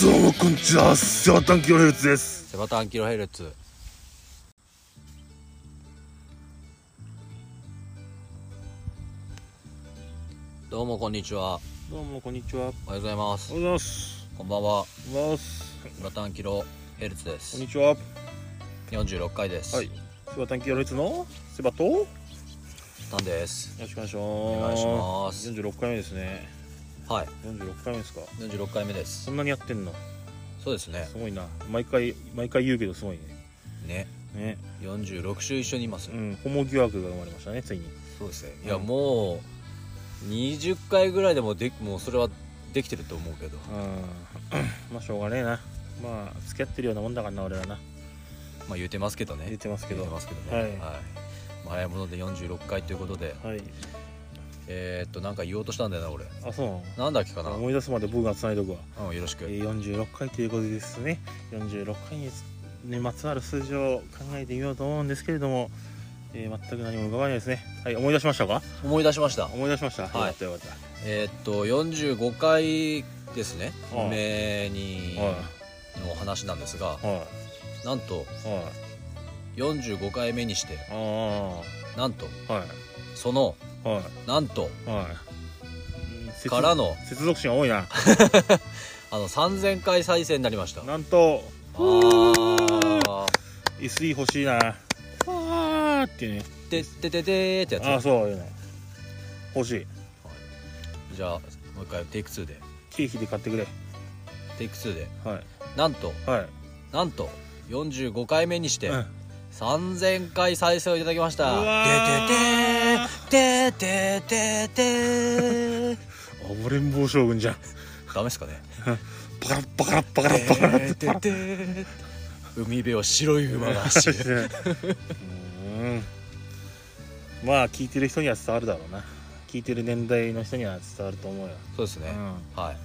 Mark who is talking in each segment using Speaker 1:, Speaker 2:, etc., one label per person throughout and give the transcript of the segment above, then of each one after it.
Speaker 1: どうもこんにちはセバタンキロヘルツです
Speaker 2: セバタンキロヘルツどうもこんにちは
Speaker 1: どうもこんにちは
Speaker 2: おはようございます
Speaker 1: おはようございます
Speaker 2: こんばんは
Speaker 1: おはようございます
Speaker 2: セバタンキロヘルツで
Speaker 1: こ
Speaker 2: す
Speaker 1: んにちは
Speaker 2: 46回です、
Speaker 1: はいセバタンキロヘルツのセバとよ
Speaker 2: タンです
Speaker 1: ろしくお願いします
Speaker 2: お願いします
Speaker 1: 46回目ですね
Speaker 2: はい
Speaker 1: 46回目ですか
Speaker 2: 46回目です
Speaker 1: そんなにやってんの
Speaker 2: そうですね
Speaker 1: すごいな毎回毎回言うけどすごいね
Speaker 2: ね
Speaker 1: ね
Speaker 2: 46週一緒にいます、
Speaker 1: うんホモ疑惑が生まれましたねついに
Speaker 2: そうですねいや、
Speaker 1: うん
Speaker 2: もう20回ぐらいでもでもうそれはできてると思うけど
Speaker 1: うんまあしょうがねえなまあ付き合ってるようなもんだからな俺らな
Speaker 2: まあ言うてますけどね
Speaker 1: 言ってますけど
Speaker 2: 言うてますけどね、
Speaker 1: はい
Speaker 2: まあ早いもので46回ということで
Speaker 1: はい
Speaker 2: えー、っとなんか言おうとしたんだよな俺
Speaker 1: あそうなの
Speaker 2: なんだっけかな、うん、よ
Speaker 1: 思い出すまで僕が繋いどくわ
Speaker 2: ろしく、
Speaker 1: えー46回ということでですね46回に,、ね、まつわる数字を考えてみようと思うんですけれども、えー全く何も伺わないですねはい思い出しましたか
Speaker 2: 思い出しました
Speaker 1: 思い出しました、
Speaker 2: はい
Speaker 1: よかったよかった
Speaker 2: えー、っと45回ですね
Speaker 1: はい
Speaker 2: 目に
Speaker 1: はい
Speaker 2: のお話なんですが
Speaker 1: はい
Speaker 2: なんと
Speaker 1: はい
Speaker 2: 45回目にして
Speaker 1: ああ
Speaker 2: なんと
Speaker 1: ーはい
Speaker 2: その
Speaker 1: はい
Speaker 2: なんと
Speaker 1: はいうん接
Speaker 2: からの
Speaker 1: 接続詞が多い な
Speaker 2: あの3000回再生になりました
Speaker 1: なんと
Speaker 2: あー
Speaker 1: SE 欲しいなわーっていうね
Speaker 2: てってててーってやつ
Speaker 1: ああそういうの欲しい
Speaker 2: じゃあもう一回テイク2で
Speaker 1: 経費で買ってくれ
Speaker 2: テイク2で
Speaker 1: は
Speaker 2: なんと
Speaker 1: いはい
Speaker 2: なんと45回目にして
Speaker 1: うん
Speaker 2: 3000回再生をいただきまし
Speaker 1: う
Speaker 2: た
Speaker 1: わー
Speaker 2: てててててて
Speaker 1: 暴れん坊将軍じゃん
Speaker 2: ダメですかね
Speaker 1: パカラッパカラッパカラッパカラッ
Speaker 2: ててて海辺を白い馬が 走る
Speaker 1: うんまあ聞いてる人には伝わるだろうな聞いてる年代の人には伝わると思うよ、
Speaker 2: そうです
Speaker 1: う
Speaker 2: ね、
Speaker 1: ん、
Speaker 2: はい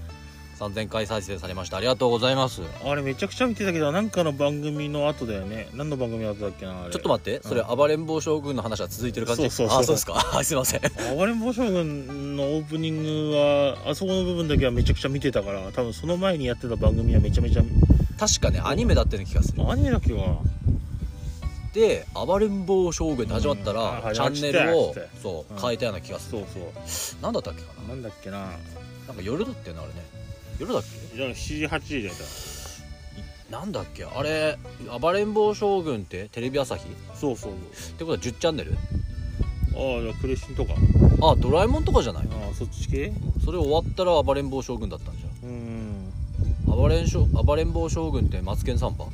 Speaker 2: 3000回再生されましたありがとうございますち
Speaker 1: あれめちゃくちゃ見てたけどなんかの番組の後だよね何の番組の後だっけなあれ
Speaker 2: ょっと待ってそれ
Speaker 1: うん
Speaker 2: 暴れん坊将軍の話は続いてる感じ
Speaker 1: そうそうそう
Speaker 2: あそうですか はいすいません
Speaker 1: 暴れん坊将軍のオープニングはあそこの部分だけはめちゃくちゃ見てたから多分その前にやってた番組はめちゃめちゃ
Speaker 2: 確かねアニメだったような気がする
Speaker 1: アニメだっけかな
Speaker 2: で「暴れん坊将軍」って始まったら、
Speaker 1: うん
Speaker 2: チャンネル
Speaker 1: あ
Speaker 2: を
Speaker 1: 始まってた
Speaker 2: そう、
Speaker 1: うん
Speaker 2: 変えたような気がす
Speaker 1: そ
Speaker 2: る
Speaker 1: うそう
Speaker 2: なんだったっけかな
Speaker 1: なんだっけな
Speaker 2: なんか夜だったよなあれね夜だっ
Speaker 1: じゃあ7時8時だよ
Speaker 2: けなんだっけあれ「暴れん坊将軍」ってテレビ朝日っ
Speaker 1: そうそう
Speaker 2: てことは10チャンネル
Speaker 1: そうああじゃあクレシンとか
Speaker 2: あドラえもんとかじゃない
Speaker 1: ああそっち系
Speaker 2: それ終わったら暴れん坊将軍だったんじゃん
Speaker 1: うん
Speaker 2: 暴れんしょ暴れん坊将軍ってマツケンサンバ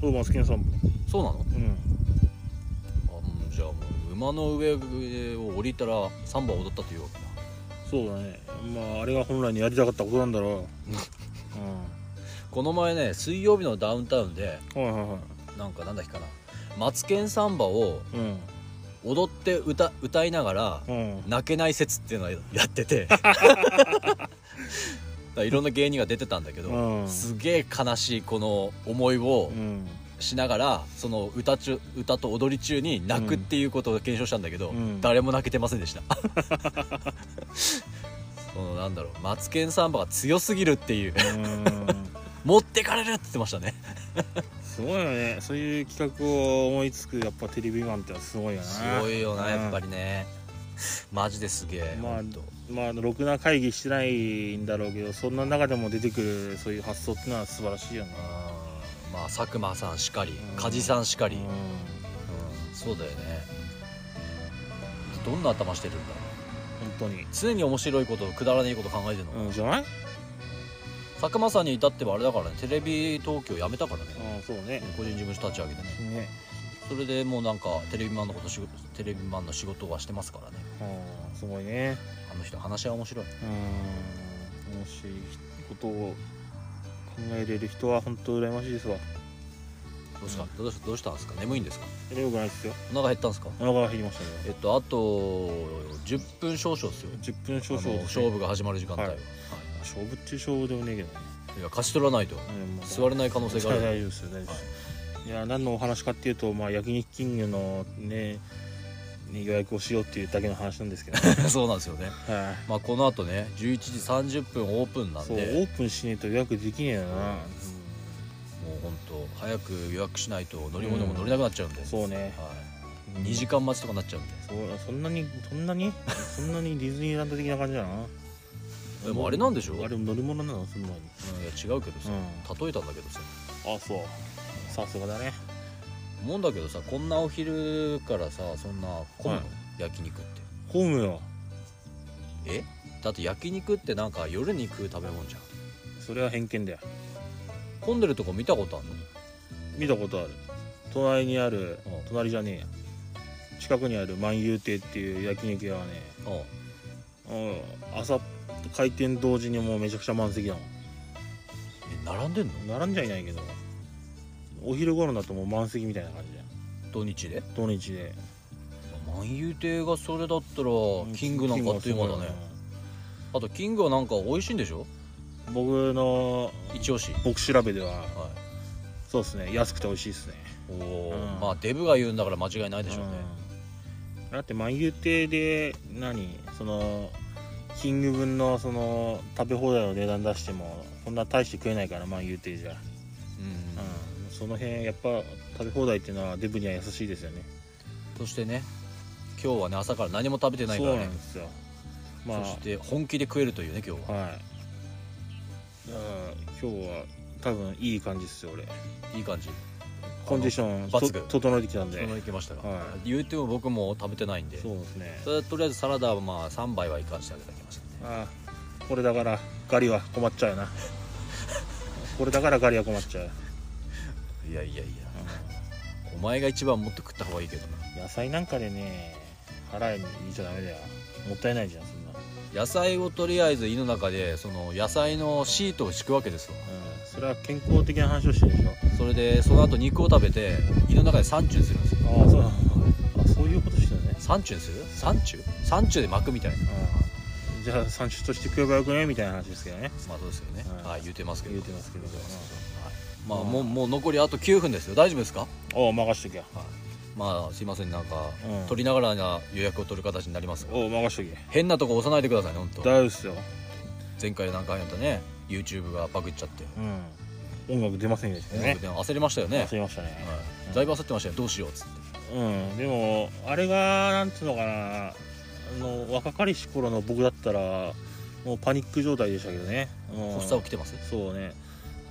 Speaker 1: そうマスケンサンバ
Speaker 2: そうなの
Speaker 1: うん
Speaker 2: あうんじゃあもう馬の上を降りたらサンバ踊ったというわけだ
Speaker 1: そうだねまああれが本来にやりたかったことなんだろう、
Speaker 2: この前ね水曜日のダウンタウンで
Speaker 1: うん、はいはいは
Speaker 2: なんかなんだっけかなマツケンサンバを
Speaker 1: いうん
Speaker 2: 踊って歌歌いながら
Speaker 1: うん
Speaker 2: 泣けない説っていうのをやっててだからいろんな芸人が出てたんだけど、
Speaker 1: うん
Speaker 2: すげえ悲しいこの思いを
Speaker 1: うん
Speaker 2: しながらその歌中歌と踊り中に泣くっていうことを検証したんだけど、
Speaker 1: うん
Speaker 2: 誰も泣けてませんでした そのなんだろうマツケンサンバが強すぎるっていう持ってかれるって言ってましたね
Speaker 1: すごいよねそういう企画を思いつくやっぱテレビマンってのはすごいよな
Speaker 2: すごいよなやっぱ
Speaker 1: り
Speaker 2: りねマジですげえ、
Speaker 1: まあ
Speaker 2: ほんと
Speaker 1: まあろくな会議してないんだろうけどそんな中でも出てくるそういう発想ってのは素晴らしいよな
Speaker 2: うんまあ佐久間さんしかり
Speaker 1: うん
Speaker 2: 梶さんしかり、
Speaker 1: うん
Speaker 2: うんそうだよねどんな頭してるんだろう
Speaker 1: 本当に
Speaker 2: 常に面白いことくだらねえこと考えてるの、
Speaker 1: うんじゃない
Speaker 2: 佐久間さんに至ってはあれだからねテレビ東京辞めたからね、
Speaker 1: うんそうね
Speaker 2: 個人事務所立ち上げてね
Speaker 1: ね
Speaker 2: それでもうなんかテレビマンのこと仕事テレビマンの仕事はしてますからね
Speaker 1: うんすごいね
Speaker 2: あの人話は面白い
Speaker 1: うん楽しいことを考えれる人は本当羨ましいですわ
Speaker 2: どうした、どうしどうしたんですか眠いんですか
Speaker 1: よくないですよ
Speaker 2: お腹減ったんですか
Speaker 1: お腹が減りましたね
Speaker 2: えっとあと10分少々ですよ
Speaker 1: 10分少
Speaker 2: あ
Speaker 1: 々
Speaker 2: の勝負が始まる時間帯は、
Speaker 1: はい
Speaker 2: は
Speaker 1: 勝負っていう勝負でもねえけどね
Speaker 2: い、いや勝ち取らないと
Speaker 1: うんまあ
Speaker 2: 座れない可能性がある
Speaker 1: 大丈夫ですよ大丈夫です、い、や何のお話かっていうと、まあ、焼肉キングのねね、予約をしようっていうだけの話なんです けど、
Speaker 2: そうなんですよね
Speaker 1: はい、
Speaker 2: まあこの後ね11時30分オープンなん
Speaker 1: そうオ
Speaker 2: で
Speaker 1: ープンしねえと予約できねえよな、
Speaker 2: もう本当早く予約しないと乗り物も乗れなくなっちゃうんで、
Speaker 1: そうね
Speaker 2: はい、2時間待ちとかになっちゃうんで
Speaker 1: そうそんなにそんなにそんなにディズニーランド的な感じだな
Speaker 2: でもあれなんでしょ
Speaker 1: あれも乗り物なのその前に
Speaker 2: うんいや違うけどさ、
Speaker 1: う
Speaker 2: 例えたんだけどさ
Speaker 1: あそうさすがだね
Speaker 2: 思うんだけどさこんなお昼からさそんな混むの、
Speaker 1: はい
Speaker 2: 焼肉って
Speaker 1: ホームよ
Speaker 2: えだって焼肉ってなんか夜に食う食べ物じゃん
Speaker 1: それは偏見だよ
Speaker 2: 混んでるとこ見たことあんの
Speaker 1: 見たことある隣にある
Speaker 2: うん
Speaker 1: 隣じゃねえや近くにある万有亭っていう焼肉屋はね
Speaker 2: あ
Speaker 1: うん朝開店同時にもうめちゃくちゃ満席だもん
Speaker 2: え並んでんの
Speaker 1: 並んじゃいないけどお昼頃だともう満席みたいな感じで
Speaker 2: 土日で
Speaker 1: 土日で
Speaker 2: 万有亭がそれだったらキングなんかあっという間だねあとキングはなんか美味しいんでしょ
Speaker 1: 僕の
Speaker 2: 一押しは
Speaker 1: 僕調べではいそうですね安くて美味しいですね
Speaker 2: おおー、
Speaker 1: うん
Speaker 2: まあデブが言うんだから間違いないでしょうね、
Speaker 1: うんだって万有亭で何そのキング分のその食べ放題の値段出してもこんな大して食えないから万有亭じゃ、
Speaker 2: うん
Speaker 1: うん、その辺やっぱ食べ放題っていうのはデブには優しいですよね
Speaker 2: そしてね今日はね朝から何も食べてないか
Speaker 1: そ
Speaker 2: ら
Speaker 1: うな
Speaker 2: ね
Speaker 1: んですよ
Speaker 2: そ
Speaker 1: まあ
Speaker 2: して本気で食えるというね今日は
Speaker 1: はいだから今日は多分いい感じっすよ俺
Speaker 2: いい感じ
Speaker 1: コンディション
Speaker 2: 抜群
Speaker 1: と整えてきたんで
Speaker 2: そのまま行きましたが、
Speaker 1: は
Speaker 2: 言うても僕も食べてないんで
Speaker 1: そうですね
Speaker 2: それとりあえずサラダはまあ3杯は行かせてあげてきましたね
Speaker 1: ああこれだからガリは困っちゃうよな これだからガリは困っちゃうよ、
Speaker 2: いやいやいやお前が一番もっと食った方がいいけどな
Speaker 1: うん野菜なんかでね腹に入れちゃダメだよもったいないじゃんそんな、うん、
Speaker 2: 野菜をとりあえず胃の中でその野菜のシートを敷くわけですよ
Speaker 1: それは健康的な話をしてるでしょ
Speaker 2: それでその後肉を食べて胃の中でサンチュンするんですよ
Speaker 1: ああそうなのあそういうことしてるね
Speaker 2: サンチュンするサンチュンサンチュンで巻くみたいな
Speaker 1: うんじゃあ産出として食えばよくねみたいな話ですけどね
Speaker 2: まあそうですよね、
Speaker 1: うん
Speaker 2: はい言うてますけど
Speaker 1: 言うてますけど
Speaker 2: 言うてますけど
Speaker 1: うん
Speaker 2: はいまあもうもう残りあと9分ですよ大丈夫ですか
Speaker 1: おう任しときゃ
Speaker 2: まあすいませんなんか、
Speaker 1: うん
Speaker 2: 取りながらな予約を取る形になりますが
Speaker 1: おう任しとき
Speaker 2: 変なとこ押さないでくださいね本
Speaker 1: ゃ
Speaker 2: 当
Speaker 1: 大丈夫っすよ
Speaker 2: 前回なんかやったね YouTube がバグっちゃって、
Speaker 1: うん音楽出ませんでしたね
Speaker 2: でも焦りましたよね、はい
Speaker 1: 忘れましたねうん
Speaker 2: だいぶ焦ってましたよどうしようっつって
Speaker 1: うんでもあれがなんつうのかなあの若かりし頃の僕だったらもうパニック状態でしたけどねもう
Speaker 2: 発作起きてます
Speaker 1: そうね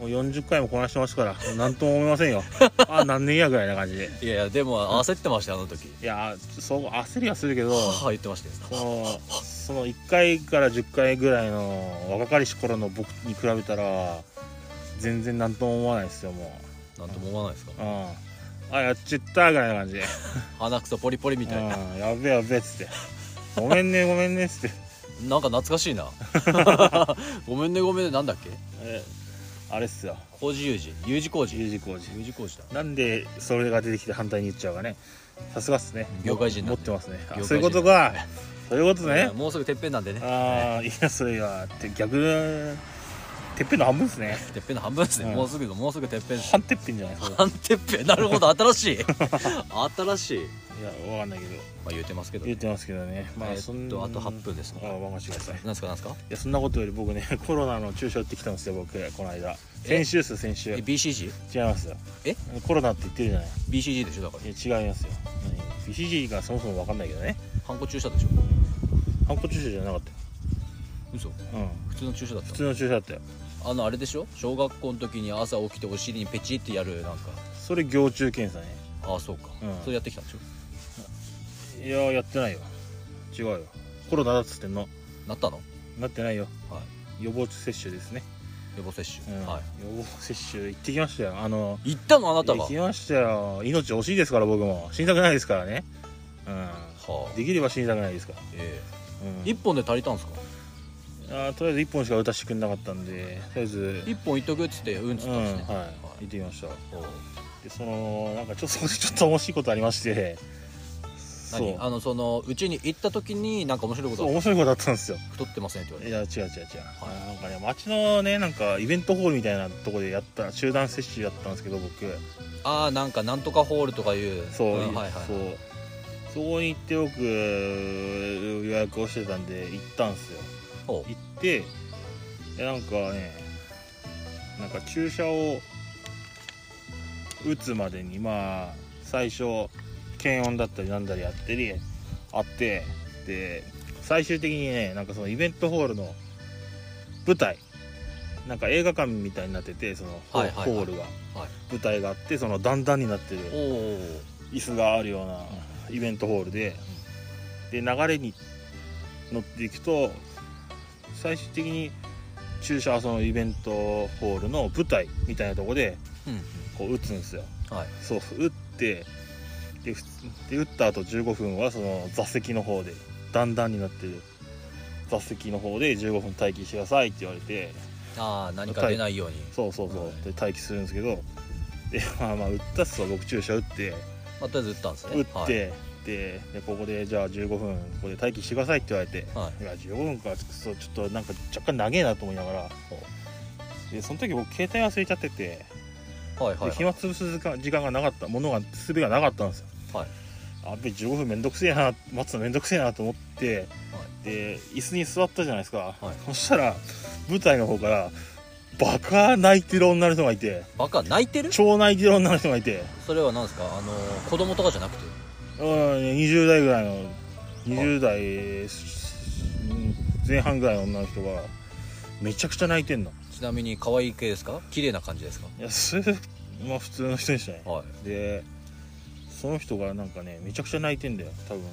Speaker 1: もう40回もこなしてますからもう何とも思いませんよあ何年やぐらいな感じで
Speaker 2: いやいやでも焦ってましたよあの時
Speaker 1: いやそう焦りはするけど
Speaker 2: はあ言ってましたよ
Speaker 1: そのその1回から10回ぐらいの若かりし頃の僕に比べたら全然何とも思わないですよも
Speaker 2: なんとも思わないですか
Speaker 1: う、うん、あやっちったぐらいな感じで
Speaker 2: 鼻くそポリポリみたいな
Speaker 1: うん、やべえやべえっつって「ごめんねごめんね」っつって
Speaker 2: なんか懐かしい なごめんねごめんねなんだっけ
Speaker 1: えあれっすよ
Speaker 2: 工事有事有事工事
Speaker 1: U 字工事
Speaker 2: 有事工事だ
Speaker 1: なんでそれが出てきて反対に言っちゃうかねさすがっすね
Speaker 2: 業界人な
Speaker 1: 持
Speaker 2: んで
Speaker 1: ってますねあ
Speaker 2: 業界人
Speaker 1: そういうことか
Speaker 2: なんで
Speaker 1: そういうこと
Speaker 2: い
Speaker 1: ね
Speaker 2: やもうすぐてっぺんなんでね
Speaker 1: ああいやそれはって逆てっぺんの半分っすね
Speaker 2: てっぺんの半分ですね、
Speaker 1: うん
Speaker 2: もうすぐもうすぐてっぺんです
Speaker 1: 半てっぺんじゃないですか
Speaker 2: 半てっぺんなるほ ど新しい新しい
Speaker 1: いやわかんないけど
Speaker 2: まあ言うてますけど、
Speaker 1: 言ってますけどねま
Speaker 2: え
Speaker 1: あ
Speaker 2: ーっと
Speaker 1: そん
Speaker 2: あと8分ですね
Speaker 1: ああ任せてくださいい
Speaker 2: なんですかなんですか
Speaker 1: やそんなことより僕ねコロナの注射打ってきたんですよ僕この間先週っす先週
Speaker 2: え
Speaker 1: 違い
Speaker 2: BCG?BCG
Speaker 1: ますよ
Speaker 2: え
Speaker 1: コロナって言ってるじゃない
Speaker 2: でしょだから
Speaker 1: いや違いますよ何 BCG がそもそも分かんないけどね
Speaker 2: ハンコ注射でしょ
Speaker 1: ハンコ注射じゃなかったよ
Speaker 2: 嘘
Speaker 1: うん
Speaker 2: 普通の注射だっ
Speaker 1: 普
Speaker 2: た
Speaker 1: 通の注射だったよ
Speaker 2: あのあれでしょ小学校の時に朝起きてお尻にペチってやるなんか
Speaker 1: それ行中検査ね
Speaker 2: ああそうか、
Speaker 1: うん
Speaker 2: それやってきたんでしょ
Speaker 1: いややってないよ違うよコロナだっつってんの
Speaker 2: なったの
Speaker 1: なってないよ
Speaker 2: はい
Speaker 1: 予防接種ですね、
Speaker 2: 予防接
Speaker 1: う
Speaker 2: 種、
Speaker 1: ん
Speaker 2: はい
Speaker 1: 予防接種行ってきましたよあの
Speaker 2: 行ったのあなたが
Speaker 1: 行
Speaker 2: は
Speaker 1: きましたよ命惜しいですから僕も死にたくないですからねうん
Speaker 2: あ
Speaker 1: できれば死にたくないですから、
Speaker 2: え
Speaker 1: うん
Speaker 2: え一本で足りたんですか
Speaker 1: あーとりあえず1本しか打たせてくれなかったんでとりあえず
Speaker 2: 一本いっとくっつってうんっつっ
Speaker 1: うん
Speaker 2: たんです
Speaker 1: は
Speaker 2: ね、
Speaker 1: い、
Speaker 2: は
Speaker 1: 行ってきました
Speaker 2: おう
Speaker 1: でそのなんかちょっと そこでちょっと面白いことありましてそ
Speaker 2: 何
Speaker 1: う
Speaker 2: あのそのうちに行った時になんか面白いこと
Speaker 1: そう
Speaker 2: あっ
Speaker 1: 面白いことあったんですよ
Speaker 2: た太ってますねって言わ
Speaker 1: い
Speaker 2: れて
Speaker 1: や違う違う違う、なんかね町のねなんかイベントホールみたいなとこでやった集団接種やったんですけど僕
Speaker 2: ああなんかなんとかホールとかいう
Speaker 1: そう、
Speaker 2: んはいはい
Speaker 1: そうそこに行って僕予約をしてたんで行ったんですよ
Speaker 2: お
Speaker 1: 行ってでなんかねなんか注射を打つまでにまあ最初検温だったりなんだりやってりあってで最終的にねなんかそのイベントホールの舞台なんか映画館みたいになっててそのホ
Speaker 2: はいはいはい
Speaker 1: ホールが
Speaker 2: はい
Speaker 1: 舞台があってその段々になってる
Speaker 2: おー
Speaker 1: 椅子があるようなイベントホールでで流れに乗っていくと最終的に駐車はそのイベントホールの舞台みたいなとこで
Speaker 2: うん
Speaker 1: こう打つんですよ
Speaker 2: はい
Speaker 1: そう打ってでふで打った後15分はその座席の方でだんだんになってる座席の方で15分待機してくださいって言われて
Speaker 2: ああ何か出ないように、
Speaker 1: そうそうそう、
Speaker 2: はい
Speaker 1: で待機するんですけどでまあまあ打ったっすわ僕注射打って
Speaker 2: まあ、とりあえず打ったんですね
Speaker 1: 打って、ででここでじゃあ15分ここで待機してくださいって言われて
Speaker 2: はい、はい
Speaker 1: いや15分かそうちょっとなんか若干長えなと思いながらでその時僕携帯忘れちゃってて、
Speaker 2: はいはい
Speaker 1: で暇つぶす時間時間がなかったものがすべがなかったんですよ
Speaker 2: はい
Speaker 1: あべ15分めんどくせえな待つのめんどくせえなと思って、で椅子に座ったじゃないですか、
Speaker 2: はい
Speaker 1: そしたら舞台の方からバカ泣いてる女の人がい て
Speaker 2: バカ泣いてる
Speaker 1: 超泣いてる女の人がいて
Speaker 2: それは何ですかあの子供とかじゃなくて
Speaker 1: うん20代ぐらいの20代うん前半ぐらいの女の人がめちゃくちゃ泣いてんの
Speaker 2: ちなみに可愛い系ですか綺麗な感じですか
Speaker 1: いやそれまあ普通の人でしたね
Speaker 2: はい
Speaker 1: でその人がなんかねめちゃくちゃ泣いてんだよ多分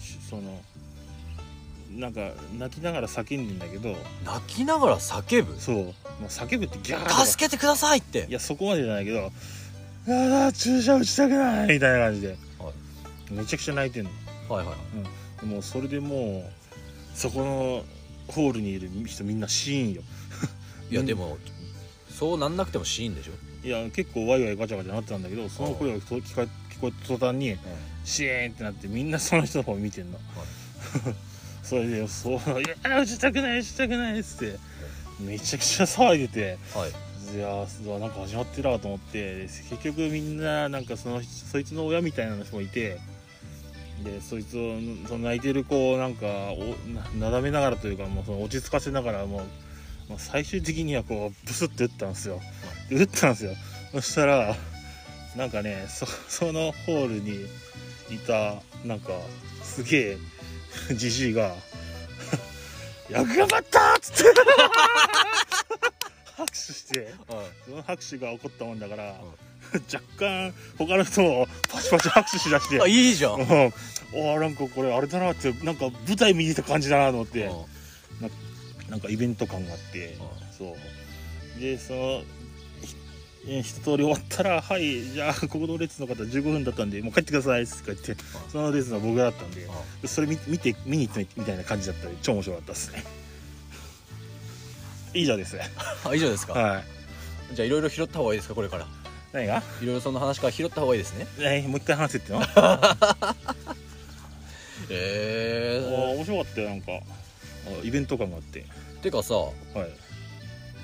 Speaker 1: しそのなんか泣きながら叫んでんだけど
Speaker 2: 泣きながら叫ぶ
Speaker 1: そう、まあ、叫ぶってギャーとか
Speaker 2: 助けてくださいって
Speaker 1: いやそこまでじゃないけど「やだ注射打ちたくない」みたいな感じで、めちゃくちゃ泣いてんの
Speaker 2: はいはい
Speaker 1: もうそれでもうそこのホールにいる人みんなシーンよ
Speaker 2: いやでも、そうなんなくてもシーンでしょ、
Speaker 1: いや結構ワイワイガチャガチャなってたんだけどその声が聞こえ聞こえた途端にシーンってなってみんなその人の方見てんの、それでそう「いや打ちたくない打ちたくない」っつってめちゃくちゃ騒いでて
Speaker 2: はい
Speaker 1: いやーうわなんか始まってるわと思ってで結局みんななんかそのそいつの親みたいな人もいてでそいつをその泣いてる子をなんかおななだめながらというかもうその落ち着かせながらもう、まあ、最終的にはこうブスって打ったんですよで打ったんですよそしたらなんかねそそのホールにいたなんかすげえじじいが 「よく頑張った!」っつって拍手して。
Speaker 2: はい
Speaker 1: その拍手が起こったもんだから、
Speaker 2: う
Speaker 1: 若干他の人もパチパチ拍手しだして
Speaker 2: あいいじゃん、うん
Speaker 1: うんおーなんかこれあれだなってなんか舞台見に行った感じだなと思ってなんかイベント感があってそうでそのひえ一通り終わったら「はいじゃあここの列の方15分だったんでもう帰ってください」とか言ってその列の僕だったんでそれ見見て見に行ったみたいな感じだったんで超面白かった ですね以上です
Speaker 2: あ以上ですか、
Speaker 1: はい
Speaker 2: じゃあいろいろ拾った方がいいですかこれから
Speaker 1: 何が
Speaker 2: いろいろその話から拾った方がいいですね
Speaker 1: えーもう一回話せっての
Speaker 2: え
Speaker 1: あー面白かったよなんかあイベント感があって
Speaker 2: てかさ
Speaker 1: は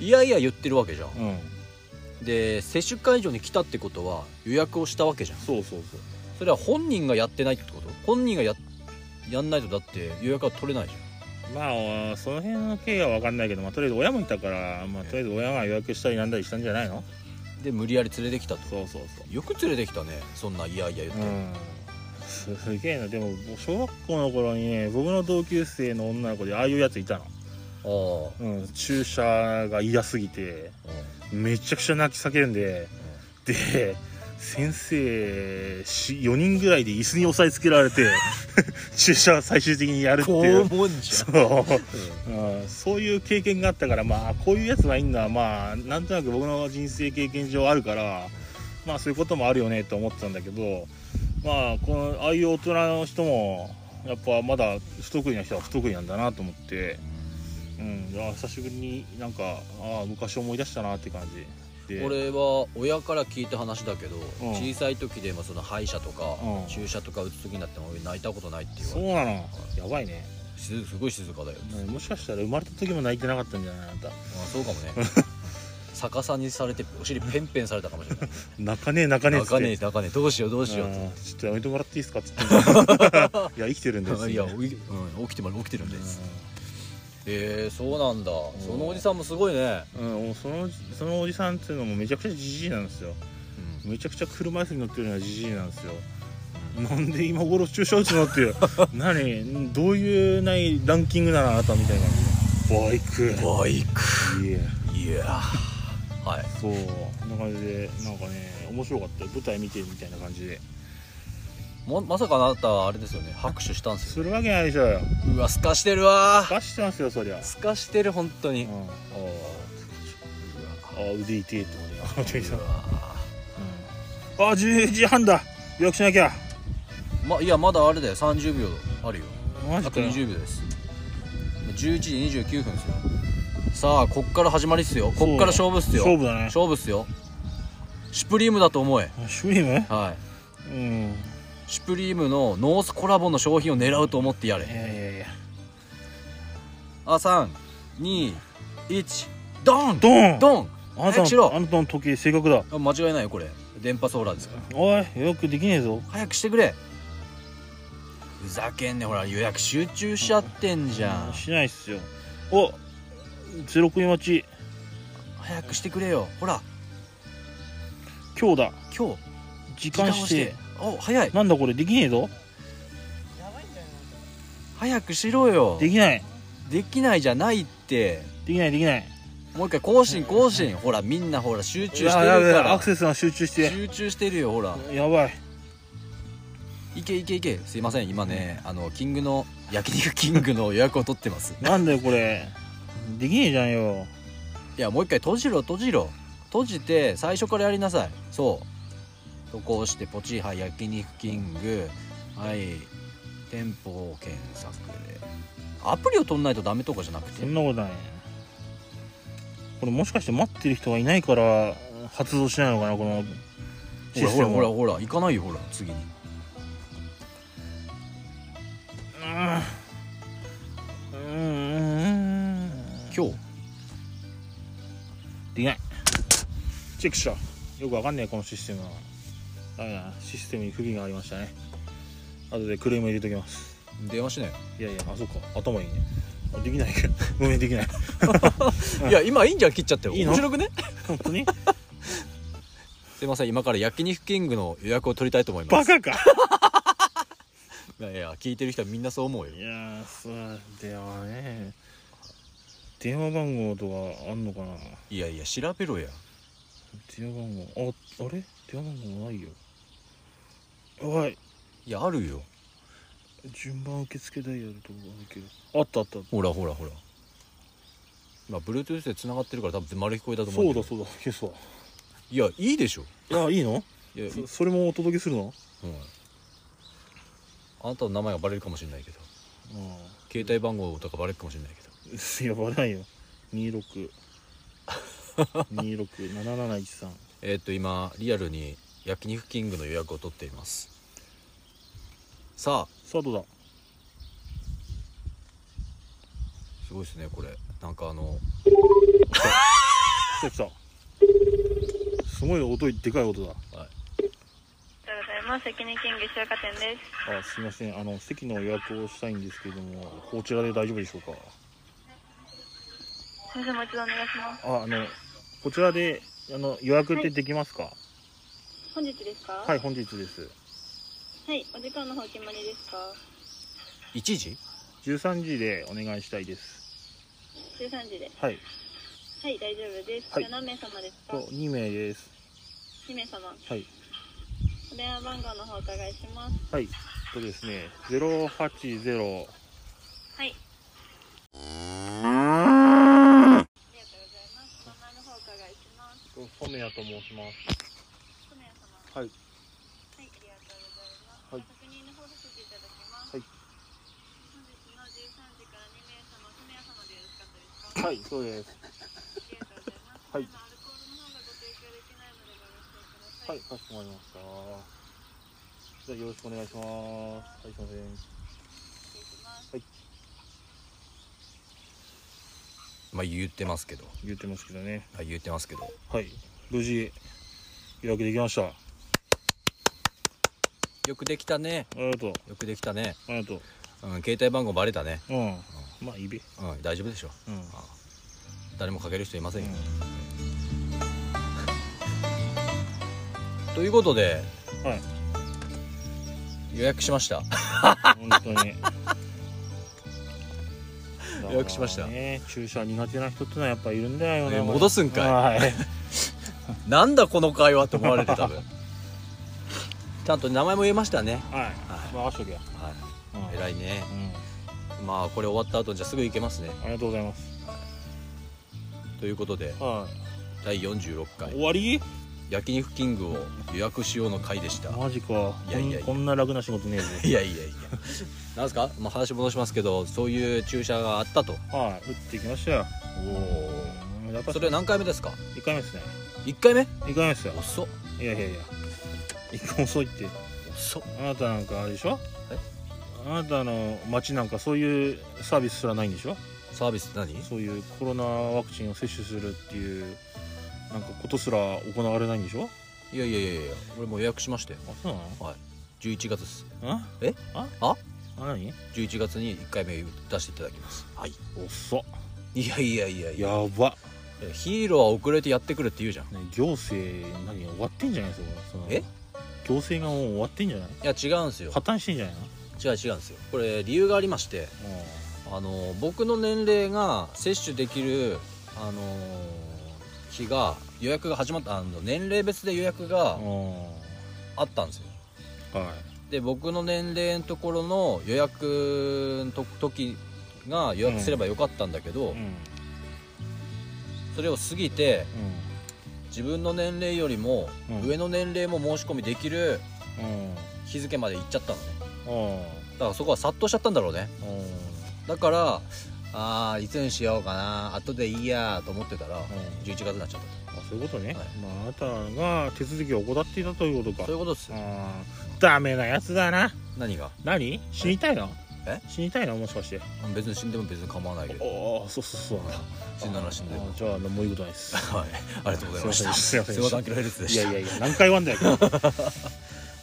Speaker 1: い
Speaker 2: いやいや言ってるわけじゃん
Speaker 1: うん
Speaker 2: で接種会場に来たってことは予約をしたわけじゃん
Speaker 1: そうそうそう
Speaker 2: それは本人がやってないってこと本人がややんないとだって予約は取れないじ
Speaker 1: まああーその辺の経緯は分かんないけど、まあ、とりあえず親もいたから、まあ、とりあえず親が予約したりなんだりしたんじゃないの
Speaker 2: ゃんで無理やり連れてきたと
Speaker 1: そうそうそ
Speaker 2: よく連れてきたねそんないやいや言って、
Speaker 1: うんすすげえなでも小学校の頃にね僕の同級生の女の子でああいうやついたの、
Speaker 2: あ
Speaker 1: うん、注射が嫌すぎて
Speaker 2: あ、うん
Speaker 1: めちゃくちゃ泣き叫んでで先生4人ぐらいで椅子に押さえつけられ て注射最終的にやる っていう
Speaker 2: 拷問じ
Speaker 1: そう
Speaker 2: ゃん、うん
Speaker 1: うんそういう経験があったからまあこういうやつがいいんだまあなんとなく僕の人生経験上あるからまあそういうこともあるよねと思ってたんだけどまあこのああいう大人の人もやっぱまだ不得意な人は不得意なんだなと思って、うん、あ久しぶりになんかああ昔思い出したなって感じで
Speaker 2: 俺は親から聞いた話だけど、
Speaker 1: ん
Speaker 2: 小さい時でまあその歯医者とか、
Speaker 1: うん
Speaker 2: 注射とか打つ時になっても俺泣いたことないって言わ
Speaker 1: そう
Speaker 2: れて
Speaker 1: なのやばいね
Speaker 2: 静すごい静かだよ、
Speaker 1: ねもしかしたら生まれた時も泣いてなかったんじゃないあなた
Speaker 2: あそうかもね逆さにされてお尻ペンペンされたかもしれない
Speaker 1: 泣かねえ泣かねえっつって
Speaker 2: 泣かねえ泣かねえどうしようどうしようっ
Speaker 1: う
Speaker 2: て
Speaker 1: んちょっとやめてもらっていいですか って言ってんだいや生きてるんです
Speaker 2: いや、ういうん、起きても起きてるんですえー、そうなんだ
Speaker 1: ん
Speaker 2: そのおじさんもすごいね、
Speaker 1: うん、うんもうそのそのおじさんっていうのもめちゃくちゃじじいなんですよめちゃくちゃ車椅子に乗ってるのはじじいなんですよなんで今頃注射打つの っていう何どういうないランキングなのあなたみたいなバイク
Speaker 2: バイク
Speaker 1: いや
Speaker 2: いやーはい
Speaker 1: そうこんな感じでなんかね面白かったよ舞台見てるみたいな感じで
Speaker 2: もまさかあなたあれですよね拍手したんです
Speaker 1: す
Speaker 2: よ
Speaker 1: るわけないでしょうよ
Speaker 2: うわすかしてるわー
Speaker 1: 出してますよそりゃ、
Speaker 2: すかしてる本当
Speaker 1: う
Speaker 2: に、
Speaker 1: ん、あ
Speaker 2: おー
Speaker 1: 腕痛いって思って
Speaker 2: うわ
Speaker 1: あ10時半だ予約しなきゃ
Speaker 2: ーまいやまだあれだよ30秒あるよ
Speaker 1: マジ
Speaker 2: あ
Speaker 1: か
Speaker 2: と
Speaker 1: よ
Speaker 2: 20秒です11時29分ですよさあこっから始まりっすよこっから勝負っすよ
Speaker 1: 勝負だね
Speaker 2: 勝負っすよシュプリームだと思え
Speaker 1: あシュリム
Speaker 2: は
Speaker 1: う
Speaker 2: い
Speaker 1: ん
Speaker 2: シュプリームのノースコラボの商品を狙うと思ってやれ
Speaker 1: いやいやいや
Speaker 2: あ321ドン
Speaker 1: ドーン
Speaker 2: ドン
Speaker 1: あなた
Speaker 2: 早くしろ
Speaker 1: のあなたの時計正確だ
Speaker 2: あ間違いないよこれ電波ソーラーですから
Speaker 1: おい予約できねえぞ
Speaker 2: 早くしてくれふざけんねほら予約集中しちゃってんじゃん
Speaker 1: しないっすよおゼロ組待ち
Speaker 2: 早くしてくれよほら
Speaker 1: 今日だ
Speaker 2: 今日
Speaker 1: 時
Speaker 2: 時
Speaker 1: 間
Speaker 2: 間
Speaker 1: 指
Speaker 2: し
Speaker 1: 定
Speaker 2: てお早い
Speaker 1: なんだこれできねえぞ
Speaker 2: 早くしろよ
Speaker 1: できない
Speaker 2: できないじゃないって
Speaker 1: できないできない
Speaker 2: もう一回更新更新ほらみんなほら集中して
Speaker 1: い
Speaker 2: る
Speaker 1: ややべえ
Speaker 2: か
Speaker 1: ア
Speaker 2: ら
Speaker 1: クセスが集中して
Speaker 2: 集中してるよほら
Speaker 1: やばい
Speaker 2: いけいけいけすいません今ねあのキングの焼肉キングの予約を取ってます
Speaker 1: なんだよこれできねえじゃんよ
Speaker 2: いやもう一回閉じろ閉じろ閉じて最初からやりなさいそう渡航してポチはい焼肉キングはい店舗を検索でアプリを取んないとダメとかじゃなく
Speaker 1: そ
Speaker 2: て
Speaker 1: んなことないこれもしかして待ってる人がいないから発動しないのかなこの
Speaker 2: ほ
Speaker 1: シ
Speaker 2: ら
Speaker 1: ス
Speaker 2: ほ
Speaker 1: テ
Speaker 2: ら
Speaker 1: ム
Speaker 2: ほらほら行かないよほら次に
Speaker 1: うんうんうん
Speaker 2: 今日
Speaker 1: できないチェックしたよくわかんねえこのシステムはダメだなシステムに不備がありましたね後でクレーム入れときます
Speaker 2: 電話しない
Speaker 1: いやいやあそっか頭いいねあできないけどごめんできない
Speaker 2: いや今いいんじゃん切っちゃってよ
Speaker 1: いいの
Speaker 2: 面白くね
Speaker 1: 本当に
Speaker 2: すいません今から焼肉キングの予約を取りたいと思いま
Speaker 1: バ
Speaker 2: す
Speaker 1: カか
Speaker 2: いやいや聞いてる人はみんなそう思うよ
Speaker 1: いやーそうではね電話番号とかあんのかない
Speaker 2: やいや調べろや
Speaker 1: 電話番号ああれ電話番号ないよおい
Speaker 2: いやあるよ
Speaker 1: 順番受付ダイヤルとかあるけどあったあったあっ
Speaker 2: ほらほらほらまあ Bluetooth で繋がってるから多分丸聞こえた
Speaker 1: た
Speaker 2: と思う
Speaker 1: そう
Speaker 2: け
Speaker 1: だそ
Speaker 2: ど
Speaker 1: うだ消すわ
Speaker 2: いやいいでしょ
Speaker 1: いやいいの
Speaker 2: いやい
Speaker 1: そそれもお届けするの
Speaker 2: うんあなたの名前がバレるかもしれないけど
Speaker 1: う
Speaker 2: 携帯番号とかバレるかもしれないけど
Speaker 1: んい やばないよ26 267713
Speaker 2: えーっと今リアルに焼肉キングの予約を取っていますさあ
Speaker 1: さあどうだ
Speaker 2: すごいですねこれなんかあの
Speaker 1: 来た来たすごい音でかい音だ
Speaker 3: おはようございます。関根キング塩貨店です。
Speaker 1: あすいませんあの席の予約をしたいんですけれどもこちらで大丈夫でしょうか
Speaker 3: 先生もう一度お願いします。
Speaker 1: ああのこちらであの予約ってできますか
Speaker 3: 本日ですか。
Speaker 1: はい、本日です
Speaker 3: はい、お時間の方決まりですか。
Speaker 2: 1時
Speaker 1: 13時でお願いしたいです
Speaker 3: 十三時で。
Speaker 1: はい
Speaker 3: はい、大丈夫です。
Speaker 1: はい
Speaker 3: じゃあ何名様ですか
Speaker 1: と。2名です
Speaker 3: 二名様。
Speaker 1: はい
Speaker 3: お電話番号の方お伺いします。
Speaker 1: はいとですね080
Speaker 3: はい。ありがとうございます。お名前の方お伺いします。
Speaker 1: 染谷と申します
Speaker 3: 一名様。
Speaker 1: はい
Speaker 3: はい、ありがとうございます。
Speaker 1: はい
Speaker 3: 確認の方させていただきます。
Speaker 1: はい
Speaker 3: 本日の十三時から二名様、一名様でよろしかったですか。
Speaker 1: はい、そうです。
Speaker 3: はい。
Speaker 1: はい、かしこまりました。じゃあよろしくお願いします。はい、すいません。
Speaker 2: まあ言ってますけど
Speaker 1: 言ってますけどね
Speaker 2: あ言ってますけど
Speaker 1: はい無事予約できましたあ
Speaker 2: よくできたね
Speaker 1: りがとう
Speaker 2: よくできたね
Speaker 1: ありがとう
Speaker 2: うん携帯番号バレたね
Speaker 1: うんまあいいべ
Speaker 2: うん大丈夫でしょ
Speaker 1: うん
Speaker 2: あ誰もかける人いませんよ、ということで
Speaker 1: はい
Speaker 2: 予約しました
Speaker 1: 本当に
Speaker 2: 予約しました
Speaker 1: だからね注射苦手な人ってのはやっぱいるんだよ
Speaker 2: ね
Speaker 1: ね
Speaker 2: 戻すんかい
Speaker 1: はい
Speaker 2: なんだこの会話って思われて多 分ちゃんと名前も言えましたね
Speaker 1: はい任しとけよ
Speaker 2: は
Speaker 1: うん
Speaker 2: い偉いね
Speaker 1: うん
Speaker 2: まあこれ終わった後にじゃあすぐ行けますね
Speaker 1: ありがとうございます
Speaker 2: ということで
Speaker 1: は
Speaker 2: 第46
Speaker 1: い
Speaker 2: 回
Speaker 1: 終わり
Speaker 2: 焼肉キングを予約しようの回でした
Speaker 1: マジか
Speaker 2: いやいやいや
Speaker 1: こんこんな楽な仕事ねえ
Speaker 2: い
Speaker 1: ぜ
Speaker 2: やいやいやなんすか、まあ、話戻しますけどそういう注射があったと
Speaker 1: はい打ってきましたよおお
Speaker 2: それは何回目ですか
Speaker 1: 1回目ですね
Speaker 2: 1回目
Speaker 1: 1回目ですよ
Speaker 2: 遅っ
Speaker 1: いやいやいや1個遅いって
Speaker 2: 遅っ
Speaker 1: あなたなんかあれでしょ
Speaker 2: え
Speaker 1: あなたの町なんかそういうサービスすらないんでしょ
Speaker 2: サービスって何
Speaker 1: そういうコロナワクチンを接種するっていうなんかことすら行われないんでしょ
Speaker 2: いやいやいやいや俺もう予約しまして
Speaker 1: あそうな
Speaker 2: 11月です
Speaker 1: のん
Speaker 2: え
Speaker 1: あ
Speaker 2: あ
Speaker 1: あ何
Speaker 2: 11月に1回目出していただきますはい
Speaker 1: 遅っ
Speaker 2: いやいやいやい
Speaker 1: や
Speaker 2: や
Speaker 1: ば、
Speaker 2: ヒーローは遅れてやってくるって言うじゃんい
Speaker 1: ね、行政何終わってんじゃないですかその
Speaker 2: え
Speaker 1: 行政がもう終わってんじゃない
Speaker 2: や違うんですよ
Speaker 1: 破綻してんじゃないの
Speaker 2: 違う違うんですよこれ理由がありましてあの僕の年齢が接種できるあの日が予約が始まったあの年齢別で予約が
Speaker 1: うん
Speaker 2: あったんですよ
Speaker 1: は
Speaker 2: で僕の年齢のところの予約のと時が予約すればよかったんだけど、
Speaker 1: いうん
Speaker 2: それを過ぎて
Speaker 1: う
Speaker 2: 自分の年齢よりも
Speaker 1: うん
Speaker 2: 上の年齢も申し込みできる
Speaker 1: んうん
Speaker 2: 日付まで行っちゃったのね
Speaker 1: あ
Speaker 2: だからそこは殺到しちゃったんだろうね
Speaker 1: あうん
Speaker 2: だからあーいつにしようかな後でいいやと思ってたら11月になっちゃっ
Speaker 1: あそういうことね、
Speaker 2: はい
Speaker 1: まあ、あなたが手続きを怠っていたということ
Speaker 2: た
Speaker 1: か
Speaker 2: そういうことですよ
Speaker 1: あーダメなやつだな
Speaker 2: 何が
Speaker 1: 何死にたいの
Speaker 2: え
Speaker 1: 死にたいのもしかして
Speaker 2: うん別に死んでも別に構わないけど
Speaker 1: ああそうそうそう
Speaker 2: 死んだら死んでる
Speaker 1: あーじゃあ何もいいことないです
Speaker 2: はいありがとうございました
Speaker 1: すいません
Speaker 2: すごいアンキロヘルツで
Speaker 1: い
Speaker 2: した
Speaker 1: やいやいや何回言わんだよ あ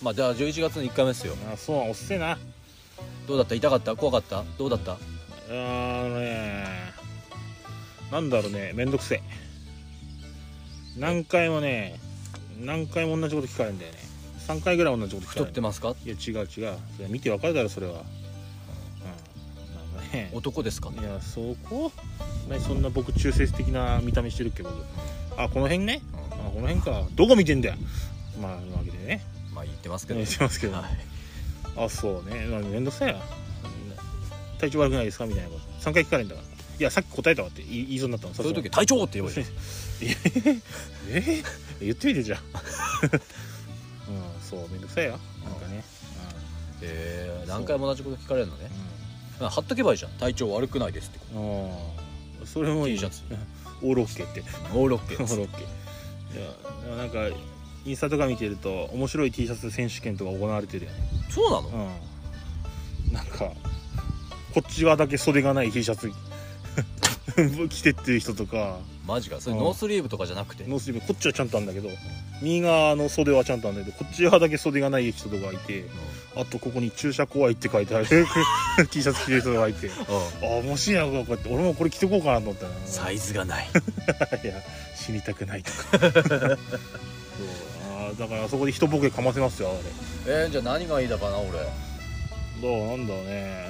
Speaker 2: まあじゃあ11月の1回目ですよ
Speaker 1: ーそうおっせえなあ
Speaker 2: どうだった痛かった怖かったどうだった
Speaker 1: ーあのねなんだろうねめんどくせえ何回もね何回も同じこと聞かれるんだよね3回ぐらい同じこと聞かれ
Speaker 2: 太
Speaker 1: る
Speaker 2: ってますか
Speaker 1: いや違う違うそれ見てわかるだろそれはうんなんかね
Speaker 2: 男ですか
Speaker 1: いやそこ何そんな僕中性的な見た目してるっけ僕あこの辺ねあ
Speaker 2: う
Speaker 1: この辺かどこ見てんだよまあなわけでね
Speaker 2: んまあ言ってますけど
Speaker 1: 言ってますけど、
Speaker 2: はい
Speaker 1: あそうねまあめんどくさいな体調悪くないですかみたいなこと3回聞かれるんだからいやさっき答えたわって言い言いそうになったの
Speaker 2: そういう時
Speaker 1: さ
Speaker 2: 体調って言えばいい
Speaker 1: すがにえ ー言ってみてじゃあ うんそうめんどくさいよなんかね
Speaker 2: えー何回も同じこと聞かれるの
Speaker 1: う
Speaker 2: ね
Speaker 1: ん、うん
Speaker 2: まあ貼っとけばいいじゃん体調悪くないですってこ
Speaker 1: ああそれもいい
Speaker 2: T シャツ
Speaker 1: オールオッケーって
Speaker 2: とオール オッケ
Speaker 1: オ
Speaker 2: ーで
Speaker 1: ー
Speaker 2: す
Speaker 1: ルオッケーいやでもなんかインスタとか見てると面白い T シャツ選手権とか行われてるよね
Speaker 2: そうなの
Speaker 1: うんなんかこっち側だけ袖がない T シャツ 着てっていう人とか
Speaker 2: マジかそれ
Speaker 1: うん
Speaker 2: ノースリーブとかじゃなくて
Speaker 1: ノースリーブこっちはちゃんとあるんだけど右側の袖はちゃんとあるんだけどこっち側だけ袖がない人とかいてあとここに「注射怖い」って書いてある T シャツ着てる人がいて
Speaker 2: うんうん
Speaker 1: ああ面白いなこうやって俺もこれ着てこうかなと思ったな
Speaker 2: サイズがない
Speaker 1: いや死にたくないとかそうあーだからあそこで一ボケかませますよあれ
Speaker 2: えーじゃあ何がいいだかな俺
Speaker 1: どうなんだろうね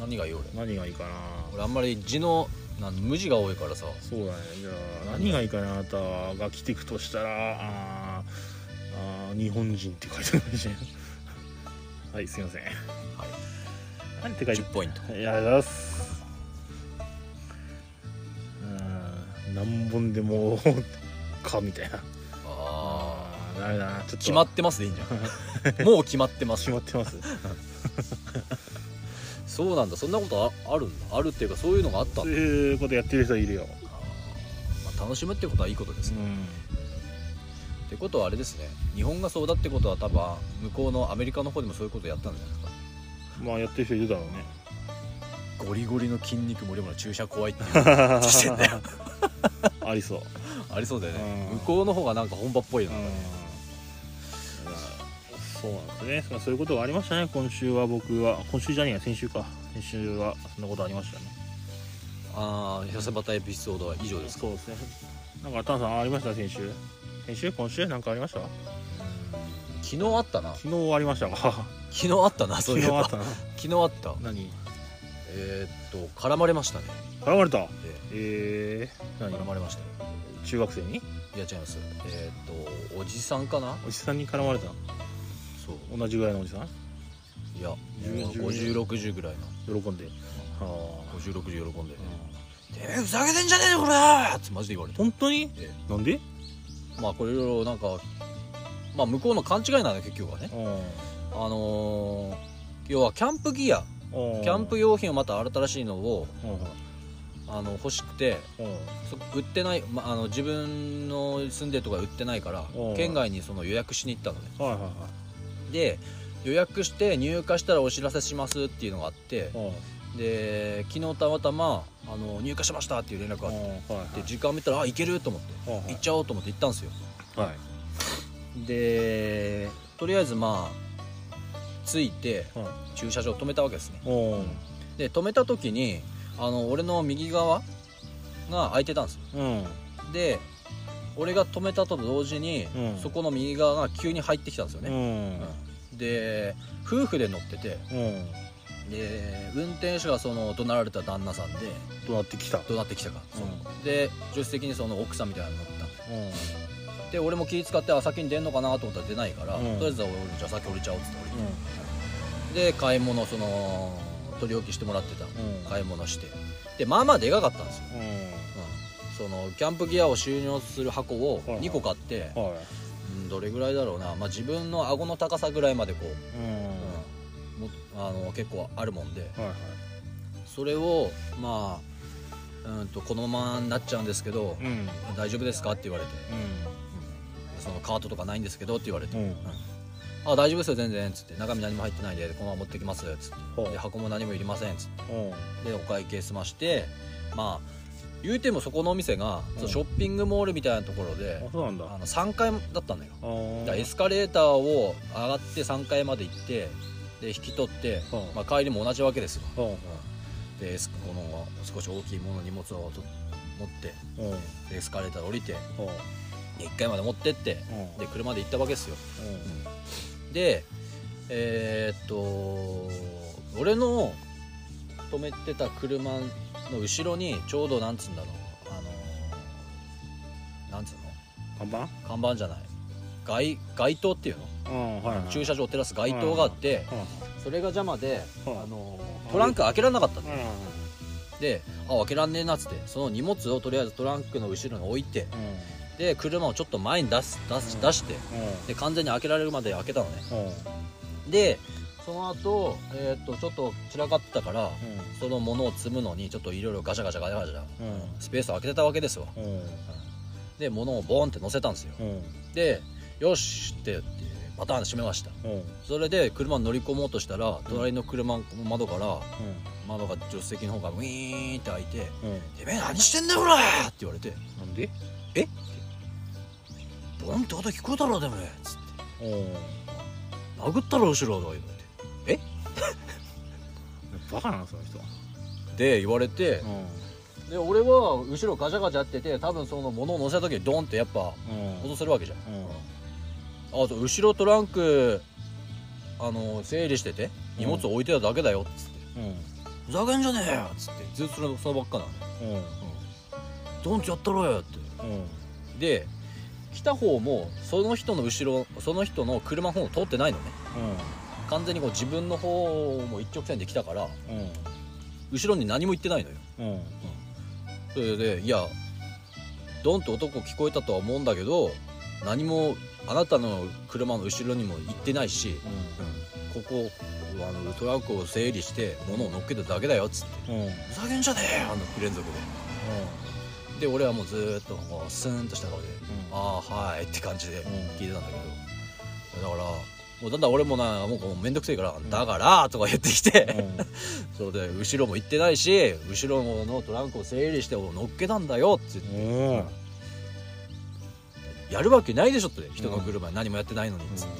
Speaker 2: 何がいい俺
Speaker 1: 何がいいかな
Speaker 2: 俺あんまり字のなん無字が多いからさ
Speaker 1: そうだねじゃあ何がいいかなあなたが着ていくとしたらあーあー日本人って書いてあるし はいすいませんなんて書いて
Speaker 2: 10ポイント
Speaker 1: ありがとうございますうん何本でも かみたいな
Speaker 2: ああ
Speaker 1: あーダメだなちょっと
Speaker 2: 決まってますでいいんじゃんもう決まってます
Speaker 1: 決まってます
Speaker 2: そうなんだそんなことああるんだあるっていうかそういうのがあった
Speaker 1: そ
Speaker 2: ん
Speaker 1: う
Speaker 2: だ
Speaker 1: いうことやってる人いるよ、
Speaker 2: あーまあ楽しむってことはいいことですね、ってことはあれですね日本がそうだってことは多分向こうのアメリカの方でもそういうことやったんじゃないですか
Speaker 1: まあやってる人いるだろうね
Speaker 2: ゴリゴリの筋肉もりもの注射怖いっ ていう してん だよ
Speaker 1: ありそう、
Speaker 2: ありそうだよね
Speaker 1: うん
Speaker 2: 向こうの方がなんか本場っぽいな、
Speaker 1: だからそうなんですねまあそういうことがありましたね今週は僕は今週じゃねえや先週か先週はそんなことありましたね
Speaker 2: ああ痩せバタエピソードは以上ですか
Speaker 1: そうですねなんかタンさんありました先週先週今週なんかありました
Speaker 2: 昨日あったな
Speaker 1: 昨日ありましたか
Speaker 2: 昨日あったな そ
Speaker 1: 昨
Speaker 2: ういえ
Speaker 1: 日あ
Speaker 2: ば
Speaker 1: ったな
Speaker 2: 昨日あった
Speaker 1: 何
Speaker 2: えーっと絡まれましたね
Speaker 1: 絡まれた
Speaker 2: え
Speaker 1: えー、
Speaker 2: え
Speaker 1: 何
Speaker 2: 絡まれましたよ
Speaker 1: 中学生に
Speaker 2: いや違いますえーっとおじさんかな
Speaker 1: おじさんに絡まれた
Speaker 2: そう
Speaker 1: 同じぐらいのおじさん
Speaker 2: いや
Speaker 1: 10
Speaker 2: 5060ぐらい
Speaker 1: 喜んでは
Speaker 2: の5060喜んで
Speaker 1: あ、
Speaker 2: 「てめえふざけてんじゃねえよこれは!」ってマジで言われた
Speaker 1: 本当に
Speaker 2: え
Speaker 1: なんで
Speaker 2: まあこれいろいろなんかまあ向こうの勘違いなんだ結局はねあのー要はキャンプギア
Speaker 1: キ
Speaker 2: キャンプ用品をまた新しいのを
Speaker 1: うん
Speaker 2: あの欲しくて
Speaker 1: うん
Speaker 2: そ売ってない、まあ、あの自分の住んでるとこは売ってないから
Speaker 1: うん
Speaker 2: 県外にその予約しに行ったのね
Speaker 1: はいはい
Speaker 2: で予約して入荷したらお知らせしますっていうのがあって
Speaker 1: はいうん
Speaker 2: で昨日たまたまあの入荷しましたっていう連絡があっ
Speaker 1: うんはい
Speaker 2: て時間見たらあ行けると思って
Speaker 1: はいはい
Speaker 2: 行っちゃおうと思って行ったんですよ
Speaker 1: はい
Speaker 2: でとりあえずまあ着いて
Speaker 1: うん
Speaker 2: 駐車場止めたわけですね
Speaker 1: おー
Speaker 2: で止めた時にあの俺の右側が空いてたんですよ
Speaker 1: うん
Speaker 2: で俺が止めたと同時に、
Speaker 1: うん
Speaker 2: そこの右側が急に入ってきたんですよ
Speaker 1: う
Speaker 2: ね、
Speaker 1: ん
Speaker 2: うんで夫婦で乗ってて
Speaker 1: うん
Speaker 2: で運転手がその怒鳴られた旦那さんで
Speaker 1: どうなってきた
Speaker 2: 怒鳴ってきたから、そうで助手席にその奥さんみたいなの乗った
Speaker 1: んうん
Speaker 2: で俺も気使ってあ先に出んのかなと思ったら出ないから、
Speaker 1: うん
Speaker 2: とりあえず俺じゃあ先降りちゃおうっつって降りてで買い物その取り置きしてもらってた
Speaker 1: うん
Speaker 2: 買い物してでまあまあでかかったんですよ、
Speaker 1: うん
Speaker 2: うん、そのキャンプギアを収納する箱を
Speaker 1: はいはい
Speaker 2: 2個買って、
Speaker 1: はい
Speaker 2: うんどれぐらいだろうな、まあ、自分の顎の高さぐらいまでこ
Speaker 1: うん
Speaker 2: う、うんもあの結構あるもんで
Speaker 1: はいはい
Speaker 2: それをまあうんとこのままになっちゃうんですけど、
Speaker 1: うん
Speaker 2: 大丈夫ですかって言われて、
Speaker 1: う
Speaker 2: そのカートとかないんですけどって言われて、
Speaker 1: んうん
Speaker 2: あ大丈夫ですよ全然っつって中身何も入ってないんでこのまま持ってきますっつって
Speaker 1: ほう
Speaker 2: で箱も何もいりませんっつっ
Speaker 1: うん
Speaker 2: てでお会計済ましてまあ言うてもそこのお店が、
Speaker 1: うん
Speaker 2: そのショッピングモールみたいなところで
Speaker 1: あ、そうなんだ
Speaker 2: あの3階だったんだよ
Speaker 1: あ
Speaker 2: だ
Speaker 1: ー
Speaker 2: からエスカレーターを上がって3階まで行ってで引き取って、
Speaker 1: うん
Speaker 2: まあ、帰りも同じわけですよ
Speaker 1: うん
Speaker 2: でエスこの少し大きいもの荷物をと持って
Speaker 1: うんうん
Speaker 2: でエスカレーター降りて
Speaker 1: うん
Speaker 2: 1階まで持ってって
Speaker 1: うん
Speaker 2: で車で行ったわけですよでえーっと俺の止めてた車の後ろにちょうどなんつうんだろうあのなんつう
Speaker 1: 看
Speaker 2: の
Speaker 1: 板
Speaker 2: 看板じゃない街街灯っていうの、
Speaker 1: うんはいはい
Speaker 2: 駐車場を照らす街灯があって、
Speaker 1: うん
Speaker 2: それが邪魔で、
Speaker 1: うん
Speaker 2: あのトランク開けられなかったん
Speaker 1: う
Speaker 2: だ
Speaker 1: ん
Speaker 2: であ開けらんねえなっつってその荷物をとりあえずトランクの後ろに置いてで車をちょっと前に出す出し
Speaker 1: うん
Speaker 2: 出して
Speaker 1: うん
Speaker 2: で完全に開けられるまで開けたのね
Speaker 1: うんうん
Speaker 2: でその後、えーっとちょっと散らかってたから、
Speaker 1: うん
Speaker 2: その物を積むのにちょっといろいろガチャガチャガチャガチャ、
Speaker 1: うん
Speaker 2: スペースを開けてたわけですわ
Speaker 1: うん
Speaker 2: で物をボーンって乗せたんですよ
Speaker 1: うん
Speaker 2: でよしって言ってパターン閉めました
Speaker 1: うん
Speaker 2: それで車に乗り込もうとしたら隣の車の窓か
Speaker 1: う
Speaker 2: ら
Speaker 1: ん
Speaker 2: 窓が助手席の方がウィーンって開いて
Speaker 1: う
Speaker 2: 「
Speaker 1: ん
Speaker 2: てめえ何してんだよほら!」って言われて
Speaker 1: なんで
Speaker 2: 「ボンって音聞こえたろでもね」つって
Speaker 1: うん
Speaker 2: 「殴ったろ後ろ」とか言われて
Speaker 1: バカなのその人
Speaker 2: 「えで言われて
Speaker 1: う
Speaker 2: で俺は後ろガチャガチャやってて多分その物を乗せた時にドンってやっぱ
Speaker 1: んうん
Speaker 2: 音するわけじゃん、
Speaker 1: うん
Speaker 2: あと後ろトランクあの整理してて荷物置いてただけだよっつって
Speaker 1: うん
Speaker 2: 「ふざけんじゃねえよ」っつってずっとそれそのばっかなのね
Speaker 1: うん
Speaker 2: ドンってやったろよ」って
Speaker 1: うん
Speaker 2: で来た方もその人の後ろその人の車の方を通ってないのね完全にこう自分の方も一直線で来たから
Speaker 1: うん
Speaker 2: 後ろに何も言ってないのよ
Speaker 1: うん
Speaker 2: それでいやドンと男聞こえたとは思うんだけど何もあなたの車の後ろにも行ってないしここあのトラックを整理して物を乗っけただけだよっつって
Speaker 1: うんうん
Speaker 2: ふざけんじゃねえよあの連続でで俺はもうずーっとこうスーンとした顔で「ああはい」って感じで聞いてたんだけどだからもうだんだん俺もなもうもうめんどくせえから「だから」とか言ってきて、
Speaker 1: う
Speaker 2: そうで後ろも行ってないし後ろのトランクを整理して乗っけたんだよって言って
Speaker 1: んうん
Speaker 2: やるわけないでしょって人の車に何もやってないのにっつって、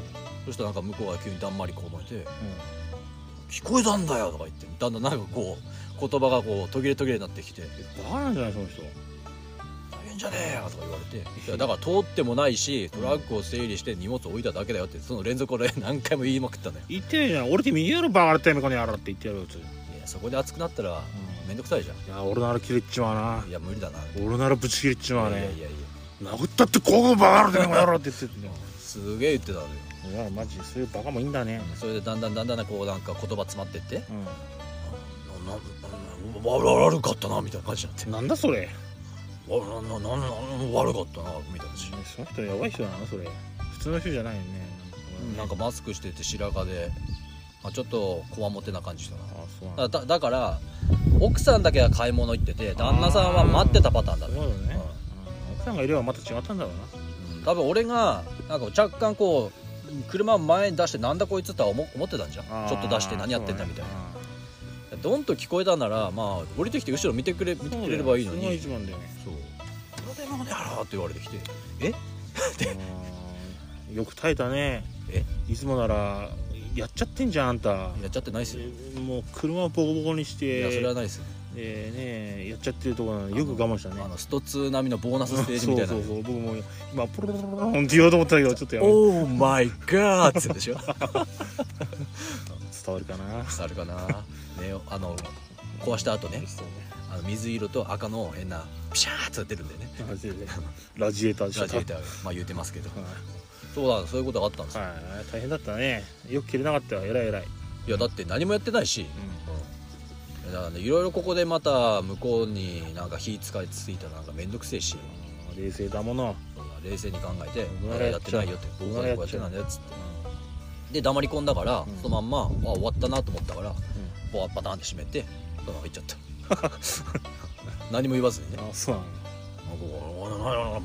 Speaker 2: そしたらなんか向こうが急にだんまりこうえて「聞こえたんだよ」とか言ってだんだんなんかこう言葉がこう途切れ途切れになってきて
Speaker 1: バカなんじゃないその人
Speaker 2: 「大変じゃねえよ」とか言われていやだから通ってもないしトラックを整理して荷物置いただけだよってその連続を俺何回も言いまくったのよ
Speaker 1: 言ってやるじゃん俺って見えやろバカってめこの野郎って言ってやるよつ、
Speaker 2: いやそこで熱くなったらめんどくさいじゃん
Speaker 1: いや俺なら切れっちまうない
Speaker 2: や無理だな
Speaker 1: 俺ならぶち切れっちまう
Speaker 2: いや
Speaker 1: ね
Speaker 2: いやいや
Speaker 1: 殴ったってここバカってめこの野郎って言ってて
Speaker 2: すげえ言ってたのよ
Speaker 1: いやマジでそういうバカもいいんだね
Speaker 2: それでだんだんだんだんこうなんか言葉詰まってって
Speaker 1: う
Speaker 2: なななわ悪かったなみたいな感じになって
Speaker 1: んなんだそれ
Speaker 2: わなななな悪かったなみたいな感じ
Speaker 1: その人やばい人なのそれ普通の人じゃないよね
Speaker 2: なんかマスクしてて白髪で、まあ、ちょっとこわもてな感じした
Speaker 1: あそうなん
Speaker 2: な
Speaker 1: だ
Speaker 2: だだから奥さんだけは買い物行ってて旦那さんは待ってたパターンだ
Speaker 1: そうだ
Speaker 2: ね、
Speaker 1: よね、うん奥さんがいればまた違ったんだろうな
Speaker 2: うん多分俺がなんか若干こう車を前に出してなんだこいつとは思思ってたんじゃんちょっと出して何やってんだみたいな、ドンと聞こえたならまあ降りてきて後ろ見てくれ見てくれればいいのに
Speaker 1: 一番だよね
Speaker 2: そう「なんでもねやろ」って言われてきて
Speaker 1: うんよく耐えたね
Speaker 2: え
Speaker 1: いつもならやっちゃってんじゃんあんた
Speaker 2: やっちゃってないっすよ、
Speaker 1: えーもう車をボコボコにし
Speaker 2: いやそれは
Speaker 1: て
Speaker 2: ないっすよ
Speaker 1: えーねやっちゃってるところなのによく我慢したね
Speaker 2: あのスト2並みのボーナスステージみたいな
Speaker 1: そうそうそう僕も今プロロロロンって言おうと思ったけどちょっとやめた
Speaker 2: オーマイガーって言うんでし ょ
Speaker 1: 伝わるかな
Speaker 2: あるかなねあの壊した後ね
Speaker 1: そうね
Speaker 2: あの水色と赤の変なピシャーって出るんだよね
Speaker 1: マジでラジエーターでし
Speaker 2: ラジエー
Speaker 1: タ
Speaker 2: ターまあ言うてますけど
Speaker 1: ー
Speaker 2: そうだそういうことがあったんですよ
Speaker 1: はい大変だったねよく切れなかったよ偉い偉い
Speaker 2: いやだって何もやってないし、うん、だからねいろいろここでまた向こうになんか火使いついたらなんか面倒くせえし
Speaker 1: うん冷静だもの
Speaker 2: 冷静に考えて
Speaker 1: 僕な
Speaker 2: あ
Speaker 1: らや
Speaker 2: れや
Speaker 1: っ
Speaker 2: って
Speaker 1: ちゃう
Speaker 2: ないよって僕はこうやってないんだよっつって
Speaker 1: う
Speaker 2: で黙り込んだから、
Speaker 1: ん
Speaker 2: そのまんまあ終わったなと思ったからボアパターンって閉めてそのまま行っちゃった何も言わずにね
Speaker 1: んあそうなの
Speaker 2: 「あおおお